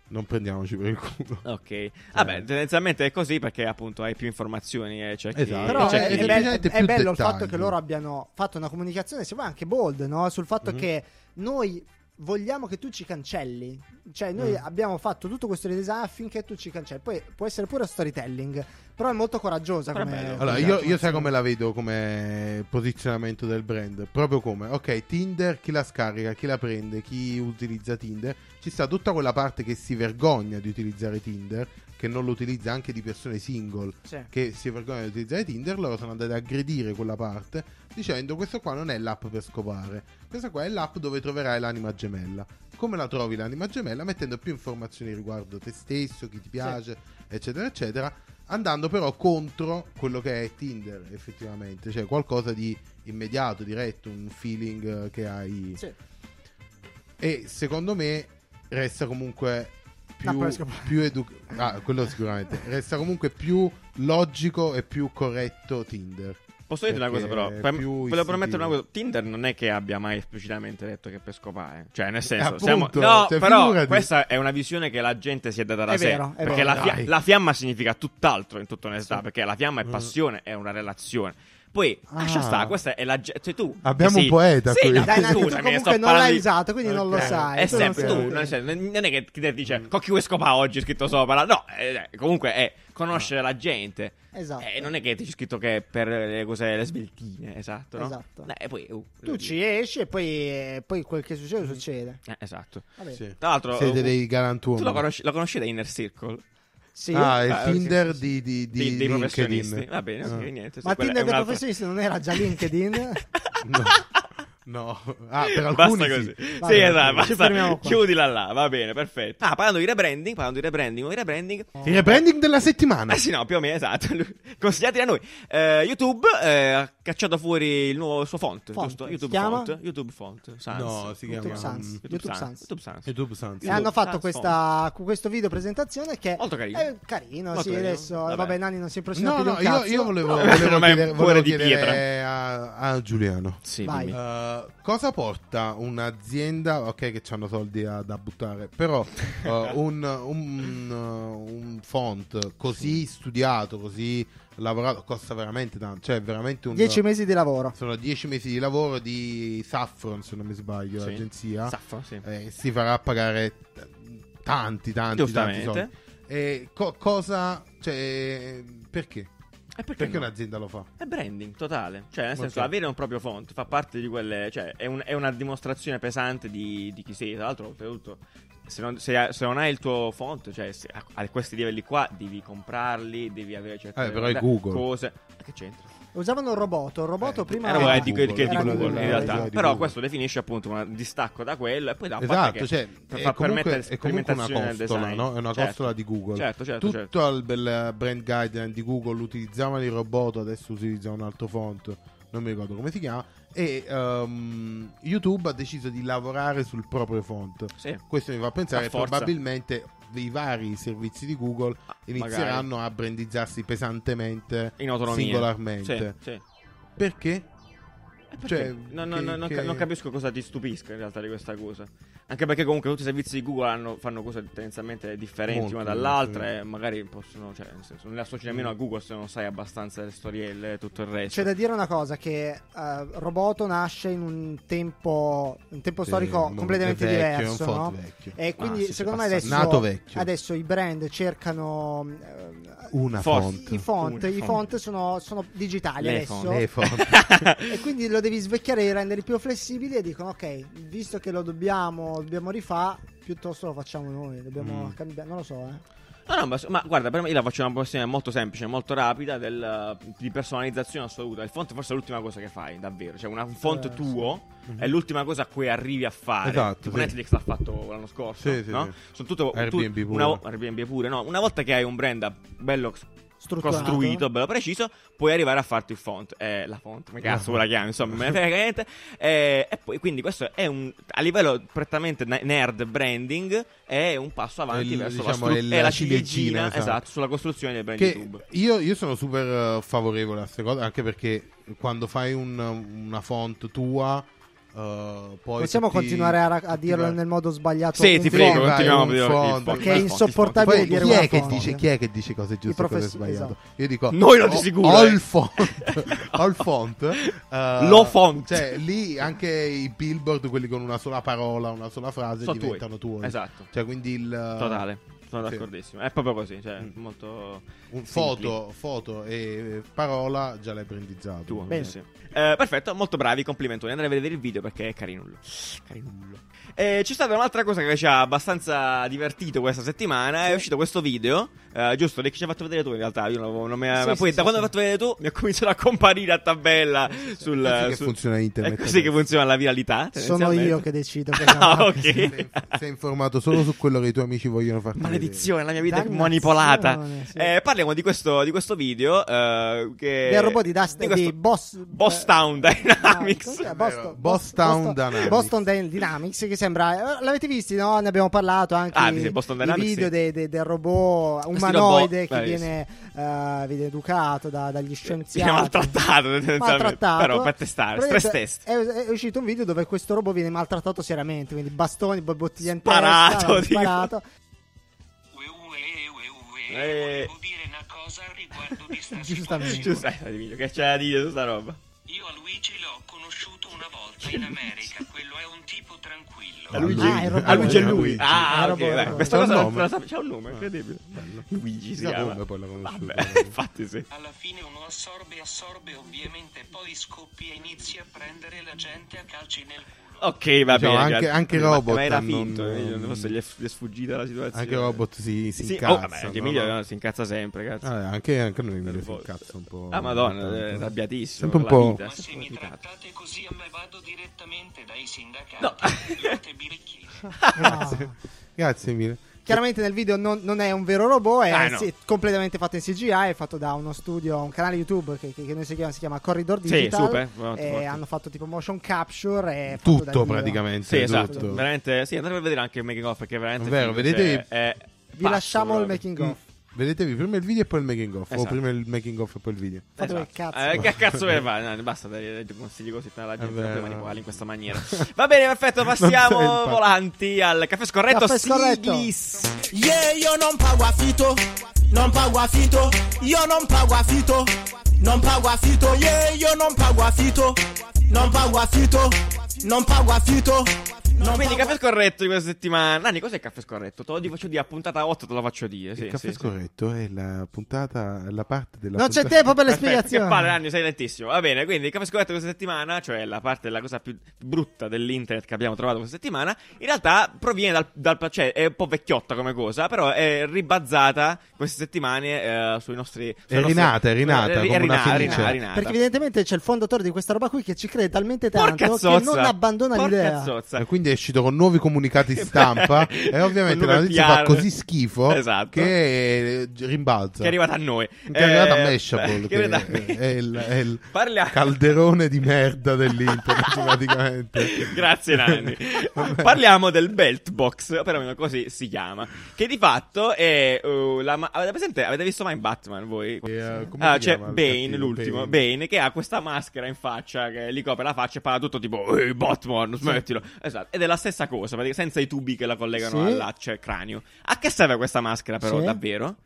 S3: non prendiamoci per il culo
S2: Ok, vabbè, tendenzialmente è così perché appunto hai più informazioni eh, e cerchi,
S3: Esatto.
S1: Però è,
S2: cerchi di-
S1: è
S3: semplicemente
S1: bello,
S3: più
S1: è bello il
S3: dettagli.
S1: fatto che loro abbiano fatto una comunicazione, se vuoi anche bold, no? sul fatto
S3: Mhm.
S1: che noi vogliamo che tu ci cancelli. Cioè, noi
S3: Mm.
S1: abbiamo fatto tutto questo redesign affinché tu ci cancelli. Poi può essere pure storytelling, però è molto coraggiosa.
S2: Però è
S1: Come,
S2: bello.
S1: come
S3: Allora, io, io sai
S1: comunicazione.
S3: come la vedo come posizionamento del brand? Proprio come, ok, Tinder, chi la scarica, chi la prende, chi utilizza Tinder, ci sta tutta quella parte che si vergogna di utilizzare Tinder, che non lo utilizza anche di persone single,
S1: Sì.
S3: che si vergognano di utilizzare Tinder, loro sono andati ad aggredire quella parte dicendo questa qua non è l'app per scopare, questa qua è l'app dove troverai l'anima gemella. Come la trovi l'anima gemella? Mettendo più informazioni riguardo te stesso, chi ti piace, eccetera, eccetera, andando però contro quello che è Tinder effettivamente, cioè qualcosa di immediato, diretto, un feeling eh, che hai.
S1: Sì.
S3: E secondo me resta comunque
S1: No,
S3: più,
S1: poi scop-
S3: più edu- ah, quello sicuramente resta comunque più logico e più corretto Tinder.
S2: Posso dirti una cosa
S3: Perché
S2: però?
S3: è
S2: Pre-
S3: più
S2: Volevo promettere una cosa.
S3: istintivo.
S2: Tinder non è che abbia mai esplicitamente detto che è per scopare. Cioè, nel senso,
S3: Eh,
S2: siamo...
S3: appunto,
S2: No,
S3: cioè,
S2: però
S3: figurati.
S2: questa è una visione che la gente si è data da
S1: È
S2: sé.
S1: vero, è
S2: perché
S1: vero.
S2: La, fia-
S3: Dai.
S2: la fiamma significa tutt'altro, in tutta onestà.
S3: Sì. Mm.
S2: Perché la fiamma è passione, è una relazione. Poi,
S3: Ah.
S2: lascia stare, questa è la... ge- Cioè, tu...
S3: Abbiamo
S2: che
S3: un poeta
S2: sì,
S3: qui.
S2: no,
S1: Dai, Nati, tu
S2: scusami, eh, sto
S1: comunque non
S2: parlando
S1: l'hai
S2: di-
S1: usato, quindi non lo
S3: Ok.
S1: sai.
S2: è
S1: tu non
S2: sempre
S1: sai.
S2: tu, non, cioè, non è che ti devi dice "Co, chi vuoi scopare oggi è scritto sopra, no, eh, comunque è conoscere la gente.
S1: Esatto.
S2: Eh, non è che ti c'è scritto che è per le cose le sveltine, esatto, no?
S1: Esatto.
S2: Eh, e poi, uh,
S1: Tu ci esci e poi, poi quel che succede, succede.
S2: Eh, esatto.
S1: Vabbè.
S3: Sì.
S2: Tra l'altro
S3: Siete
S2: eh,
S3: dei galantuomini.
S2: Tu lo conosci, lo conosci da Inner Circle?
S1: Sì.
S3: Ah, è il
S2: Ah,
S3: Tinder
S2: sì, sì,
S3: di, di, di
S2: Dei- dei
S3: LinkedIn. Ah.
S2: professionisti. Va bene, ok, niente.
S1: Ma
S2: se quella è
S1: Tinder dei
S2: un'altra-
S1: professionisti non era già LinkedIn?
S3: No. No. Ah, per alcuni
S2: Basta così.
S3: sì.
S2: Sì,
S1: Va bene,
S2: esatto,
S1: ci
S2: basta.
S1: fermiamo qua.
S2: Chiudila là, va bene, perfetto. Ah, parlando di rebranding, parlando di rebranding, di rebranding,
S1: Eh.
S3: Il rebranding della settimana.
S2: Eh sì, no, più o meno, esatto. Consigliati da noi. Eh, YouTube eh, ha cacciato fuori il nuovo suo font,
S1: Font.
S2: giusto?
S1: Si
S2: YouTube
S1: chiama?
S2: font. YouTube font. Sans.
S3: No, si
S1: YouTube
S3: chiama
S1: Sans.
S3: mm,
S2: YouTube,
S1: YouTube
S2: Sans.
S1: Sans.
S2: YouTube Sans.
S3: YouTube Sans.
S1: E hanno fatto
S2: Sans,
S1: questa, cu- questo video presentazione che
S2: Molto carino.
S1: è carino.
S2: Molto
S1: sì,
S2: carino.
S1: adesso
S2: Vabbè.
S1: vabbè. Nani non si impressiona più
S3: No,
S1: di
S3: no,
S1: un
S3: io,
S1: cazzo.
S3: io volevo,
S2: No,
S3: volevo
S2: ormai
S3: chiedere,
S2: cuore
S3: volevo
S2: di
S3: chiedere
S2: pietra.
S3: a, a Giuliano.
S2: Sì,
S1: Vai.
S2: dimmi.
S3: Eh, cosa porta un'azienda, ok che hanno soldi a- da buttare, però eh, un, un, eh, un font così studiato, così lavorato, costa veramente tanto, cioè è veramente un...
S1: 10 mesi di lavoro.
S3: sono 10 mesi di lavoro di Saffron, se non mi sbaglio,
S2: Sì.
S3: l'agenzia.
S2: Saffron, sì.
S3: Eh, si farà pagare t- tanti, tanti, tanti
S2: Giustamente.
S3: soldi. E co- cosa, cioè, perché?
S2: E Eh, perché,
S3: Perché
S2: no?
S3: un'azienda lo fa?
S2: È branding totale. Cioè, nel senso,
S3: Ok.
S2: avere un proprio font fa parte di quelle. Cioè, è, un- è una dimostrazione pesante di, di chi sei. Tra l'altro, oltretutto, se non, se- se non hai il tuo font, cioè, se- a, a questi livelli qua, devi comprarli, devi avere certe
S3: Eh, però è
S2: beh,
S3: Google.
S2: cose. Ma che c'entra?
S1: Usavano un roboto. Il roboto
S3: Eh,
S1: prima
S3: Ma
S2: Era quello
S3: è
S2: di,
S3: Google,
S2: che- che di
S3: era
S2: Google,
S3: quello
S2: in
S3: di-
S2: realtà.
S3: era di
S2: Però
S3: Google.
S2: questo definisce appunto un distacco da quello e poi da parte
S3: Esatto,
S2: che
S3: cioè,
S2: per
S3: è
S2: far
S3: comunque,
S2: permettere
S3: è comunque una
S2: sperimentazione del
S3: costola,
S2: design.
S3: no? È una
S2: Certo.
S3: costola di Google.
S2: Certo, certo,
S3: Tutto
S2: certo.
S3: il bel eh, brand guideline di Google utilizzavano il robot, adesso utilizzano un altro font, non mi ricordo come si chiama. E ehm, YouTube ha deciso di lavorare sul proprio font.
S2: Sì.
S3: Questo mi fa
S2: A
S3: pensare che
S2: forza.
S3: probabilmente i vari servizi di Google
S2: Ah,
S3: inizieranno a brandizzarsi pesantemente,
S2: magari. in autonomia.
S3: singolarmente.
S2: Sì, sì.
S3: Perché?
S2: E perché?
S3: Cioè,
S2: No, no,
S3: che-
S2: no, non,
S3: che-
S2: ca- non capisco cosa ti stupisca in realtà di questa cosa. Anche perché comunque tutti i servizi di Google hanno- fanno cose tendenzialmente differenti
S3: Molto
S2: una dall'altra
S3: diverse.
S2: e magari possono, cioè, nel senso, non le associ nemmeno a Google se non sai abbastanza le storielle e tutto il resto.
S1: C'è da dire una cosa che eh, Roboto nasce in un tempo, un tempo storico
S3: Sì,
S1: completamente
S3: è vecchio,
S1: diverso,
S3: è un
S1: no?
S3: font vecchio.
S1: E quindi
S2: Ah, sì,
S1: secondo
S2: sì,
S1: me
S2: passa-
S1: adesso,
S3: nato vecchio.
S1: adesso i brand cercano eh,
S3: Una
S2: Forse-
S3: font. Eh,
S1: i font,
S2: Un
S1: i
S2: font.
S1: font sono, sono digitali
S2: Le
S1: adesso.
S2: font.
S3: Le font.
S1: E quindi lo devi svecchiare e rendere più flessibile e dicono ok, visto che lo dobbiamo, dobbiamo rifare, piuttosto lo facciamo noi, dobbiamo
S3: Mm.
S1: cambiare, non lo so, eh.
S2: No, no, ma, ma guarda, per me io la faccio una questione molto semplice, molto rapida del, uh, di personalizzazione assoluta. Il font forse è l'ultima cosa che fai, davvero. Cioè, una- un font
S1: Eh, sì.
S2: tuo è l'ultima cosa a cui arrivi a fare.
S3: Mhm. Esatto,
S2: Tipo
S3: sì.
S2: Netflix l'ha fatto l'anno scorso.
S3: Sì, sì,
S2: no?
S3: sì.
S2: Sono tutto tu-
S3: Airbnb pure.
S2: una vo- Airbnb pure, no? Una volta che hai un brand a- bello
S1: Strutturato.
S2: costruito, bello preciso, puoi arrivare a farti il font. Eh, la font, come cazzo vuoi la chiami, insomma, me ne frega niente. Eh, e poi, quindi questo è un, a livello prettamente ne- nerd branding, è un passo
S3: È
S2: avanti
S3: il-
S2: verso
S3: diciamo,
S2: la,
S3: è
S2: stru-
S3: la
S2: è la
S3: ciliegina,
S2: ciliegina,
S3: esatto.
S2: esatto. sulla costruzione del brand
S3: Che
S2: YouTube.
S3: io, io sono super eh, favorevole a queste cose, anche perché quando fai un- una font tua, eh, poi...
S1: Possiamo
S3: tutti-
S1: continuare a, ra- a
S3: tutti
S1: dirlo
S3: vai-
S1: nel modo sbagliato.
S2: Sì, ti
S1: Un
S2: prego,
S1: po'.
S3: vai,
S2: continuiamo a
S3: un
S2: dire il font,
S3: font,
S2: il
S1: perché è
S2: font, il font.
S1: insopportabile.
S3: Poi,
S1: dire
S3: chi,
S1: una
S3: è che
S1: font?
S3: dice, chi è che dice cose giuste e
S1: I
S3: cose
S1: professi-
S3: sbagliate?
S1: esatto.
S3: Io dico:
S2: Noi lo
S3: ho-
S2: ti sicuro,
S3: Ho
S2: eh.
S3: il font, ho il font, eh,
S2: Lo font.
S3: Cioè, lì anche i billboard, quelli con una sola parola, una sola frase,
S2: Sono tuoi.
S3: diventano tuoi.
S2: Esatto.
S3: Cioè, quindi il.
S2: Totale, sono
S3: sì.
S2: d'accordissimo. È proprio così, cioè,
S3: Mm.
S2: molto
S3: Un
S2: simpli.
S3: foto, foto e parola già l'hai brandizzato.
S2: Tuo,
S1: Bene.
S2: sì. Eh, perfetto, molto bravi, complimentoni. Andrei a vedere il video perché è carinullo. Carinullo. Eh, c'è stata un'altra cosa che ci ha abbastanza divertito questa settimana. È uscito questo video. eh, giusto, Rick ci hai fatto vedere tu in realtà. Io non avevo- non mi-
S1: Sì,
S2: ma
S1: sì,
S2: poi
S1: sì,
S2: da
S1: sì.
S2: quando hai fatto vedere tu mi ha cominciato a comparire a tabella sul.
S3: Così che
S2: sul-
S3: funziona internet
S2: È così che
S3: adesso.
S2: funziona la viralità.
S1: Sono io
S2: tendenzialmente.
S1: che decido.
S2: Eh, Ah, ok.
S3: Sei, sei informato solo su quello che i tuoi amici vogliono farti vedere.
S2: Maledizione, la mia vita è
S1: Dannazione,
S2: manipolata.
S1: sì.
S2: Eh, parliamo di questo, di questo video. eh, che
S1: Del robot di Dust-
S2: questo-
S1: di Boss-
S2: Boss Town Dynamics.
S1: Ah, cos'è? Boston,
S3: Boston Dynamics.
S1: Boston Dy- Dynamics che sembra eh, l'avete visti no? ne abbiamo parlato anche
S2: Ah,
S1: i,
S2: sì, Boston
S1: i
S2: Dynamics,
S1: video
S2: sì.
S1: dei- dei- del robot
S2: Questi
S1: umanoide
S2: robot,
S1: che
S2: eh,
S1: viene, eh, viene educato da- dagli scienziati
S2: Viene maltrattato, tendenzialmente.
S1: Maltrattato.
S2: Però per testare, stress
S1: Praticamente
S2: test.
S1: è, è uscito un video dove questo robot viene maltrattato seriamente quindi bastoni, bo- bottiglie in
S2: Sparato,
S1: testa,
S2: tipo.
S1: sparato
S6: Ue, ue, ue, ue,
S2: Eh.
S6: volevo dire una cosa al riguardo di sta
S1: Giustamente.
S2: Tu
S6: situazione.
S2: sai, Emilio, eh, che c'è da dire su sta roba?
S6: Io a Luigi l'ho conosciuto una volta in America, quello è un tipo tranquillo.
S2: A Luigi,
S1: Ah, è Roberto.
S2: a Luigi è
S1: Ah,
S2: lui.
S1: Luigi.
S2: Ah,
S1: È
S2: ok,
S1: Roberto.
S2: dai, Questa
S3: C'ha un
S2: cosa
S3: nome. Ah.
S2: non la sape- c'ha un nome, incredibile. Luigi si
S3: Chissà
S2: chiama.
S3: come poi eh. l'ha conosciuto.
S2: Vabbè, infatti sì.
S6: Alla fine uno assorbe, assorbe ovviamente, poi scoppia e inizia a prendere la gente a calci nel culo.
S2: Ok, va
S3: Diciamo,
S2: bene.
S3: anche-
S2: grazie.
S3: anche
S2: Ma-
S3: Robot
S2: Ma era
S3: hanno un-
S2: finto, Emilio, forse gli è, gli è sfuggita la situazione.
S3: Anche Robot si, si
S2: Sì,
S3: incazza.
S2: oh, vabbè, anche
S3: no?
S2: Emilio
S3: No.
S2: no, si incazza sempre, cazzo.
S3: Ah, anche, anche noi Emilio si
S2: Nervoso.
S3: incazza un po'.
S2: Ah, madonna,
S3: ogni
S2: è
S3: tanto.
S2: arrabbiatissimo.
S3: Sempre un
S2: con la
S3: po'.
S2: vita, eh,
S6: Ma
S2: sempre
S6: se mi
S2: complicato.
S6: trattate così a me vado direttamente dai sindacati.
S2: No.
S6: Lotte birichini.
S1: Ah.
S3: Grazie Emilio.
S1: Chiaramente nel video non, non è un vero robot, è
S2: Ah, no.
S1: sì, completamente fatto in CGI, è fatto da uno studio, un canale YouTube che, che- che noi seguiamo, si chiama Corridor
S2: Sì,
S1: Digital.
S2: super, molto,
S1: e
S2: molto.
S1: hanno fatto tipo motion capture. E fatto da
S3: Tutto
S1: Dio.
S3: praticamente.
S2: Sì, esatto.
S3: tutto.
S2: Veramente, sì, andate a vedere anche il making of perché è veramente
S3: Vero,
S2: figo,
S3: vedete-
S2: cioè, è
S1: Vi
S2: pazzo,
S1: lasciamo il
S2: veramente.
S1: making of.
S3: Mm. Vedetevi prima il video e poi il making off. O
S2: Esatto.
S3: prima il making off e poi il video.
S1: Fate quel
S2: Esatto.
S1: cazzo.
S2: Eh, che cazzo vuoi fare? No, basta dare dare consigli così per la gente
S3: vero.
S2: per manipolarli in questa maniera. Va bene, perfetto, passiamo
S3: Non so, infatti.
S2: volanti al caffè scorretto.
S1: Caffè scorretto.
S2: Siglis.
S7: Yeah, yo non pa guafito, non pa guafito, yo non pa guafito, non pa guafito, yeah, yo non pa guafito, non pa guafito, non pa guafito, Non
S2: Quindi
S7: pago-
S2: caffè scorretto di questa settimana. Nani, cos'è il caffè scorretto? Te lo dico, faccio dire a puntata 8, te lo faccio dire. Sì,
S3: il caffè
S2: sì, sì.
S3: scorretto è la puntata, la parte della
S1: Non c'è
S3: puntata-
S1: tempo per le
S2: Aspetta,
S1: spiegazioni.
S2: Che palle, Nanni, sei lentissimo. Va bene, quindi il caffè scorretto questa settimana, cioè la parte della cosa più brutta dell'internet che abbiamo trovato questa settimana, in realtà proviene dal, dal- cioè è un po' vecchiotta come cosa, però è ribazzata queste settimane eh, sui nostri sulle
S3: È
S2: nostre-
S3: rinata, è rinata,
S2: è
S3: come una
S2: rinata,
S3: fenice.
S2: rinata, rinata.
S1: Perché evidentemente c'è il fondatore di questa roba qui che ci crede talmente
S2: Porca
S1: tanto
S2: zozza.
S1: che non abbandona
S2: Porca
S1: l'idea.
S2: zozza.
S3: E quindi è uscito con nuovi comunicati stampa e ovviamente
S2: Con
S3: la
S2: nuove
S3: notizia
S2: PR.
S3: fa così schifo
S2: Esatto.
S3: che eh, rimbalza.
S2: Che è arrivata a noi.
S3: Che è arrivata
S2: Eh,
S3: a Mashable,
S2: che è arrivata a
S3: che
S2: me.
S3: è il, è il
S2: Parlia-
S3: calderone di merda dell'internet praticamente.
S2: Grazie Nanni.
S3: Vabbè.
S2: Parliamo del belt box, o perlomeno così si chiama, che di fatto è uh, la ma- avete presente avete visto mai Batman voi?
S3: E, eh, come
S2: Ah,
S3: si
S2: c'è
S3: chiama il
S2: Bane,
S3: cattivo?
S2: l'ultimo. Bane. che ha questa maschera in faccia che gli copre la faccia e parla tutto tipo Ehi, Batman, smettilo. Esatto. Ed è la stessa cosa, praticamente senza i tubi che la collegano
S1: Sì.
S2: al laccio e al cranio. A che serve questa maschera, però,
S1: Sì.
S2: davvero?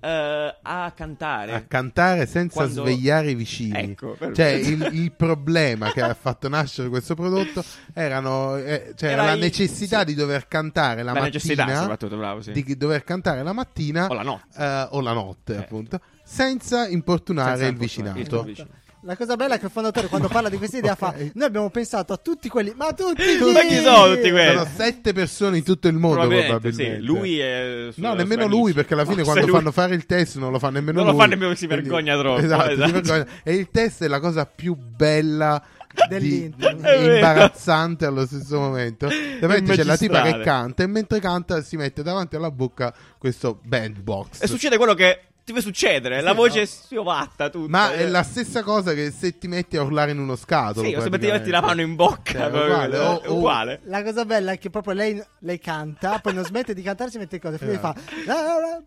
S2: Eh, a cantare.
S3: A cantare senza
S2: Quando-
S3: svegliare i vicini.
S2: Ecco, per-
S3: cioè, il, il problema che ha fatto nascere questo prodotto erano, eh, cioè,
S2: Era
S3: la
S2: il-
S3: necessità
S2: sì.
S3: di dover cantare la,
S2: La
S3: mattina.
S2: necessità, soprattutto, bravo, sì.
S3: Di dover cantare la mattina
S2: O la notte.
S3: eh, o la notte,
S2: Eh.
S3: appunto, senza importunare
S2: Senza
S3: il
S2: importunare.
S3: vicinato.
S2: Il vicino.
S1: Esatto. La cosa bella è che il fondatore quando parla di questa idea fa noi abbiamo pensato a tutti quelli ma tutti
S2: Ma chi sono tutti quelli?
S3: Sono sette persone in tutto il mondo, probabilmente.
S2: Probabilmente, sì. Lui è... eh,
S3: No, nemmeno lui, perché alla fine quando fanno fare il test non lo fa nemmeno
S2: Non lo
S3: lui.
S2: fa nemmeno, si vergogna troppo,
S3: Esatto,
S2: esatto.
S3: si vergogna. E il test è la cosa più bella di-
S1: Dell'internet.
S2: È vero.
S3: imbarazzante allo stesso momento. Ovviamente c'è la tipa
S2: magistrale.
S3: che canta e mentre canta si mette davanti alla bocca questo band box.
S2: E succede quello che deve succedere, la voce è siovatta tutta.
S3: Ma è
S2: Eh.
S3: la stessa cosa che se ti metti a urlare in uno scatolo.
S2: Sì, o se metti
S3: praticamente.
S2: metti la mano in bocca,
S3: Cioè, è
S2: proprio,
S3: uguale,
S2: è
S3: o- o-
S2: uguale.
S1: La cosa bella è che proprio lei, lei canta, poi non smette di cantare, si mette in cose, e fa.
S3: Esatto.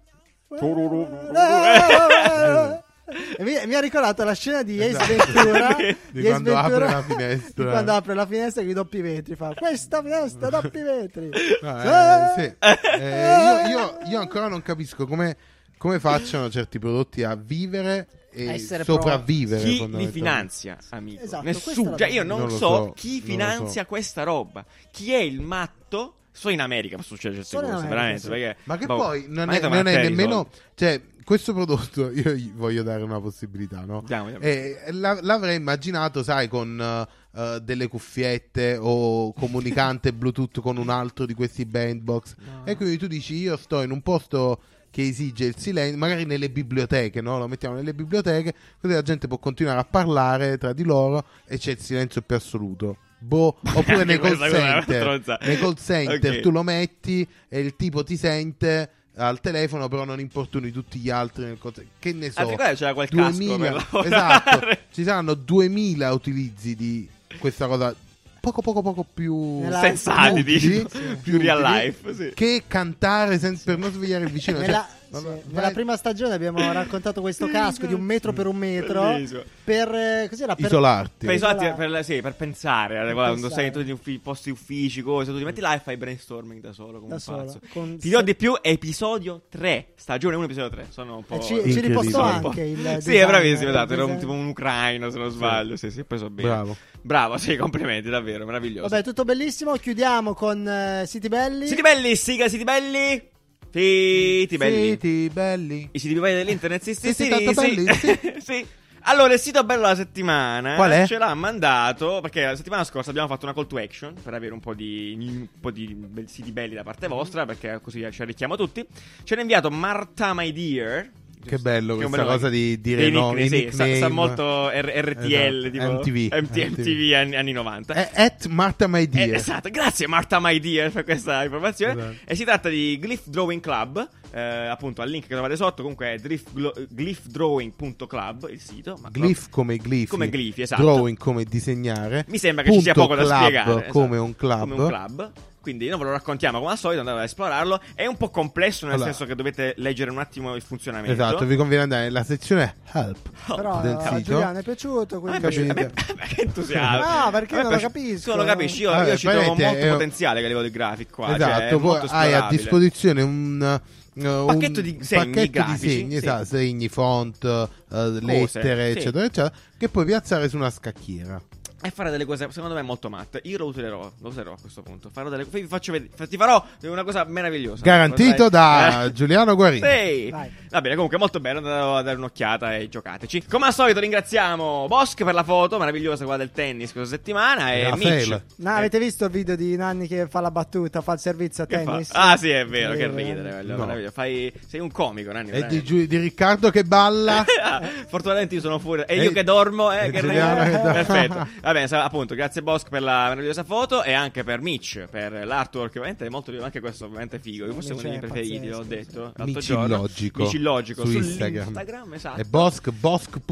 S1: E mi, mi ha ricordato la scena di Ace
S3: Esatto.
S1: Ventura
S3: Di
S1: Ace
S3: quando apre
S1: Ventura-
S3: la finestra.
S1: di quando apre la finestra e i doppi vetri fa questa finestra doppi Ah! vetri
S3: No, eh, sì. Eh, io, io- io ancora non capisco come, come facciano certi prodotti a vivere e
S1: Essere pro-
S3: sopravvivere.
S2: Chi li
S3: fondamentalmente.
S2: finanzia, amico?
S1: Esatto, questa è
S2: Nessuno.
S1: la
S2: Cioè,
S1: domanda.
S2: io non,
S3: Non lo
S2: so,
S3: so, non
S2: chi
S3: lo
S2: finanzia
S3: so.
S2: questa roba. Chi è il matto? Solo in America possono succedere certe
S1: Solo in
S2: cose,
S1: America, sì.
S2: veramente. perché-
S3: Ma che
S2: boh,
S3: poi non
S2: ma
S3: è,
S2: io boh.
S3: non è
S2: trovare
S3: nemmeno.
S2: i soldi.
S3: Cioè, questo prodotto io gli voglio dare una possibilità, no?
S2: Andiamo, andiamo.
S3: Eh, la- l'avrei immaginato, sai, con eh, delle cuffiette o comunicante Bluetooth con un altro di questi bandbox. E quindi tu dici, io sto in un posto che esige il silenzio, magari nelle biblioteche, no? Lo mettiamo nelle biblioteche, così la gente può continuare a parlare tra di loro e c'è il silenzio più assoluto. Boh, oppure
S2: Anche
S3: nei call
S2: questa cosa è una
S3: center,
S2: stronza.
S3: nei call center
S2: Ok.
S3: tu lo metti e il tipo ti sente al telefono però non importuni tutti gli altri nel cont- che ne so
S2: Anzi, guarda, c'era quel casco per lavorare.
S3: esatto ci saranno 2000 utilizzi di questa cosa poco poco poco più
S1: Nella-
S2: Sensati,
S3: utili,
S2: dico. Più real
S3: utili
S2: life, sì.
S3: che cantare sen- per non svegliare il vicino
S1: Nella,
S3: cioè,
S1: sì,
S3: vabbè,
S1: nella
S3: vai-
S1: prima stagione abbiamo raccontato questo casco di un metro per un metro
S2: Bellissimo.
S1: per eh, così era per
S3: isolarti
S2: Per, i soldi,
S1: Isolare.
S2: per, la- sì, per pensare,
S1: Per
S2: guarda, quando
S1: pensare.
S2: sei in tutti gli uffi- posti uffici, cose, tu ti metti là e fai brainstorming da solo. Come
S1: Da
S2: un
S1: solo,
S2: pazzo.
S1: con
S2: Ti do
S1: se-
S2: di più, episodio 3, stagione 1, episodio 3. Sono un po'.
S1: E Eh, ci,
S2: Sono
S1: ci
S3: Incredibile.
S1: riportò
S2: un po'-
S1: anche il
S2: Sì, è
S1: design,
S2: bravissimo,
S1: eh,
S2: esatto.
S1: il
S2: Era un,
S1: design.
S2: tipo un ucraino, se non sbaglio. Sì, sì, ho preso bene.
S3: Bravo.
S2: Bravo, sì, complimenti, davvero, meraviglioso.
S1: Vabbè, tutto bellissimo. Chiudiamo con eh, City Belli.
S2: Siti belli, siga, siti belli. Siti belli.
S3: Siti belli
S2: I siti belli dell'internet, sì, sì,
S3: Sì, sì,
S2: sì.
S3: tanto
S2: sì,
S3: belli, sì.
S2: Sì. Allora, il sito bello della settimana
S3: Qual è?
S2: ce l'ha mandato perché la settimana scorsa abbiamo fatto una call to action per avere un po' di, un po' di be- siti belli da
S3: Mm-hmm.
S2: parte vostra perché così ci arricchiamo tutti. Ce l'ha inviato Marta My Dear.
S3: Che bello
S2: è un
S3: questa cosa di dire
S2: dei
S3: no,
S2: nickname,
S3: i
S2: sì, sa, sa
S3: nickname.
S2: molto R- RTL,
S3: Esatto,
S2: tipo
S3: MTV,
S2: MT- MTV anni, anni 90.
S3: è Eh, at Marta My
S2: Eh,
S3: Dear
S2: esatto, grazie Marta My Dear per questa informazione.
S3: Esatto.
S2: E si tratta di Glyph Drawing Club, eh, appunto al link che trovate sotto, comunque è drift glo- glyphdrawing.club il sito. ma club-
S3: Glyph come glifi,
S2: Come glifi, esatto.
S3: drawing come disegnare.
S2: Mi sembra che ci sia
S3: punto
S2: poco da
S3: club
S2: spiegare. esatto.
S3: Come un club.
S2: Come un club. Quindi noi ve lo raccontiamo come al solito, andate ad esplorarlo. È un po' complesso nel
S3: Allora.
S2: senso che dovete leggere un attimo il funzionamento.
S3: Esatto, vi conviene andare nella sezione help
S1: Però
S3: del
S1: a
S3: sito.
S1: Giuliano è piaciuto.
S2: Oh, A me è
S1: Quindi...
S2: piaciuto, a me,
S3: Capito.
S2: a me è entusiasmo.
S1: Ah, perché
S2: A me
S1: non
S2: è
S1: lo
S2: piaci-
S1: capisco?
S2: Tu non lo capisci, io,
S3: Vabbè,
S2: io ci trovo molto
S3: veramente è-
S2: potenziale che a livello di graphic qua. cioè, è
S3: esatto, poi
S2: molto
S3: hai a
S2: esplorabile.
S3: disposizione un, eh, un
S2: pacchetto di segni
S3: pacchetto di
S2: grafici,
S3: segni,
S2: sì.
S3: esatto, segni, font, eh, lettere,
S2: sì.
S3: eccetera, eccetera, che puoi piazzare su una scacchiera.
S2: E fare delle cose, secondo me, molto matte. Io lo userò, lo userò a questo punto. Farò delle vi faccio vedere, ti farò una cosa meravigliosa.
S3: Garantito
S2: Dai.
S3: da
S2: Eh.
S3: Giuliano Guarini.
S2: Sì.
S1: Vai.
S2: Va bene, comunque molto bello, andate a dare un'occhiata e giocateci. Come al solito ringraziamo Bosch per la foto meravigliosa qua del tennis questa settimana e
S3: Raffaele.
S2: Mitch. Eh,
S1: No, avete visto il video di Nanni che fa la battuta, fa il servizio a
S2: Che fa?
S1: tennis? eh.
S2: Ah sì, è vero, che
S1: Incredibile,
S2: ridere, bello,
S3: No.
S2: meraviglioso. Fai... Sei un comico, Nanni.
S3: E di,
S2: veramente.
S3: Giu- di Riccardo che balla.
S2: Ah, Fortunatamente io sono fuori. E io
S3: E-
S2: che dormo. Eh,
S3: e
S2: che
S3: Giuliano
S2: ridere.
S3: che dorme.
S2: Perfetto. Va bene, sa- appunto, grazie Bosch per la meravigliosa foto e anche per Mitch per l'artwork. Ovviamente è molto anche questo, è ovviamente figo. Che questo è uno dei
S1: Mitch
S2: miei
S1: Cioè, è
S2: preferiti,
S1: pazzesco,
S2: l'ho detto. l'altro
S3: Mici
S2: giorno.
S3: illogico.
S2: Mici illogico
S3: Su
S2: sull'Instagram,
S3: Instagram.
S2: esatto.
S3: E bosk,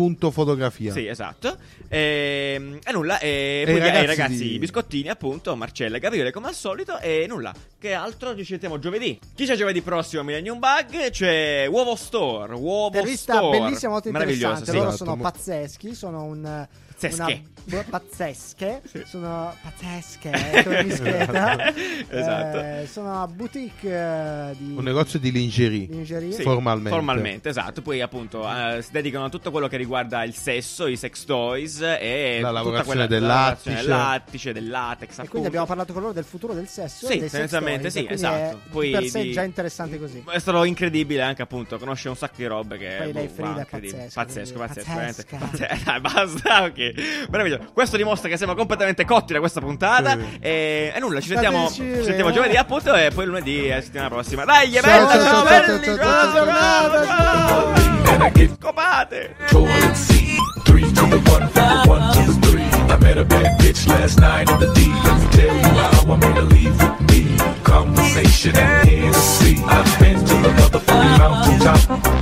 S3: bosk.fotografia.
S2: Sì, esatto. Ehm, E, nulla. E,
S3: E
S2: poi
S3: i
S2: gli- ai
S3: ragazzi
S2: ragazzi
S3: di-
S2: biscottini, appunto, Marcella e Gabriele, come al solito. E nulla. Che altro? Ci sentiamo giovedì. Chi c'è giovedì prossimo? a Millennium Bug. C'è Uovo Store. Uovo
S1: Intervista
S2: Store.
S1: bellissima, molto interessante.
S2: Meraviglioso, sì.
S1: Loro
S3: Esatto,
S1: sono
S3: mo-
S1: pazzeschi, sono un.
S2: Pazzesche.
S1: una- pazzesche.
S2: Sì.
S1: Sono pazzesche, eh, come mi scheda.
S2: Esatto.
S1: Eh, sono una boutique eh, di.
S3: Un negozio di lingerie.
S1: Lingerie.
S3: Sì. Formalmente.
S2: Formalmente, esatto. Poi, appunto, eh, si dedicano a tutto quello che riguarda il sesso, i sex toys e
S3: La
S2: tutta
S3: lavorazione
S2: quella-
S3: del
S2: la lavorazione
S3: lattice.
S2: del lattice, del latex.
S1: E
S2: appunto.
S1: quindi abbiamo parlato con loro del futuro del sesso.
S2: Sì,
S1: e dei sex
S2: tendenzialmente
S1: toys,
S2: sì,
S1: e quindi è
S2: esatto.
S1: di
S2: Poi
S1: per sé
S2: di-
S1: già interessante così.
S2: È stato incredibile anche appunto, conosce un sacco di robe che
S1: Poi lei
S2: wow,
S1: Frida è
S2: incredibile.
S1: pazzesca,
S2: pazzesco, pazzesco,
S1: quindi-
S2: veramente. Pazze- Dai, basta, ok. Meraviglioso. Questo dimostra che siamo completamente cotti da questa puntata
S3: Sì.
S2: e, e nulla, ci
S1: State
S2: sentiamo,
S1: vicini,
S2: ci sentiamo
S1: eh.
S2: giovedì appunto e poi lunedì eh, settimana prossima. Dai, gli
S3: Ciao,
S2: eventi, ciao,
S3: ciao, ciao,
S2: belli,
S3: ciao, ciao,
S2: ciao,
S3: ciao,
S2: ciao,
S3: ciao,
S2: ciao.
S4: And I get
S2: Scopate!
S4: toilet seat. Three to the one, from the one to the three. I met a bad bitch last night in the D. Let me tell you how I made her leave with me. Conversation and Hennessy. I've been to the motherfucking mountaintop.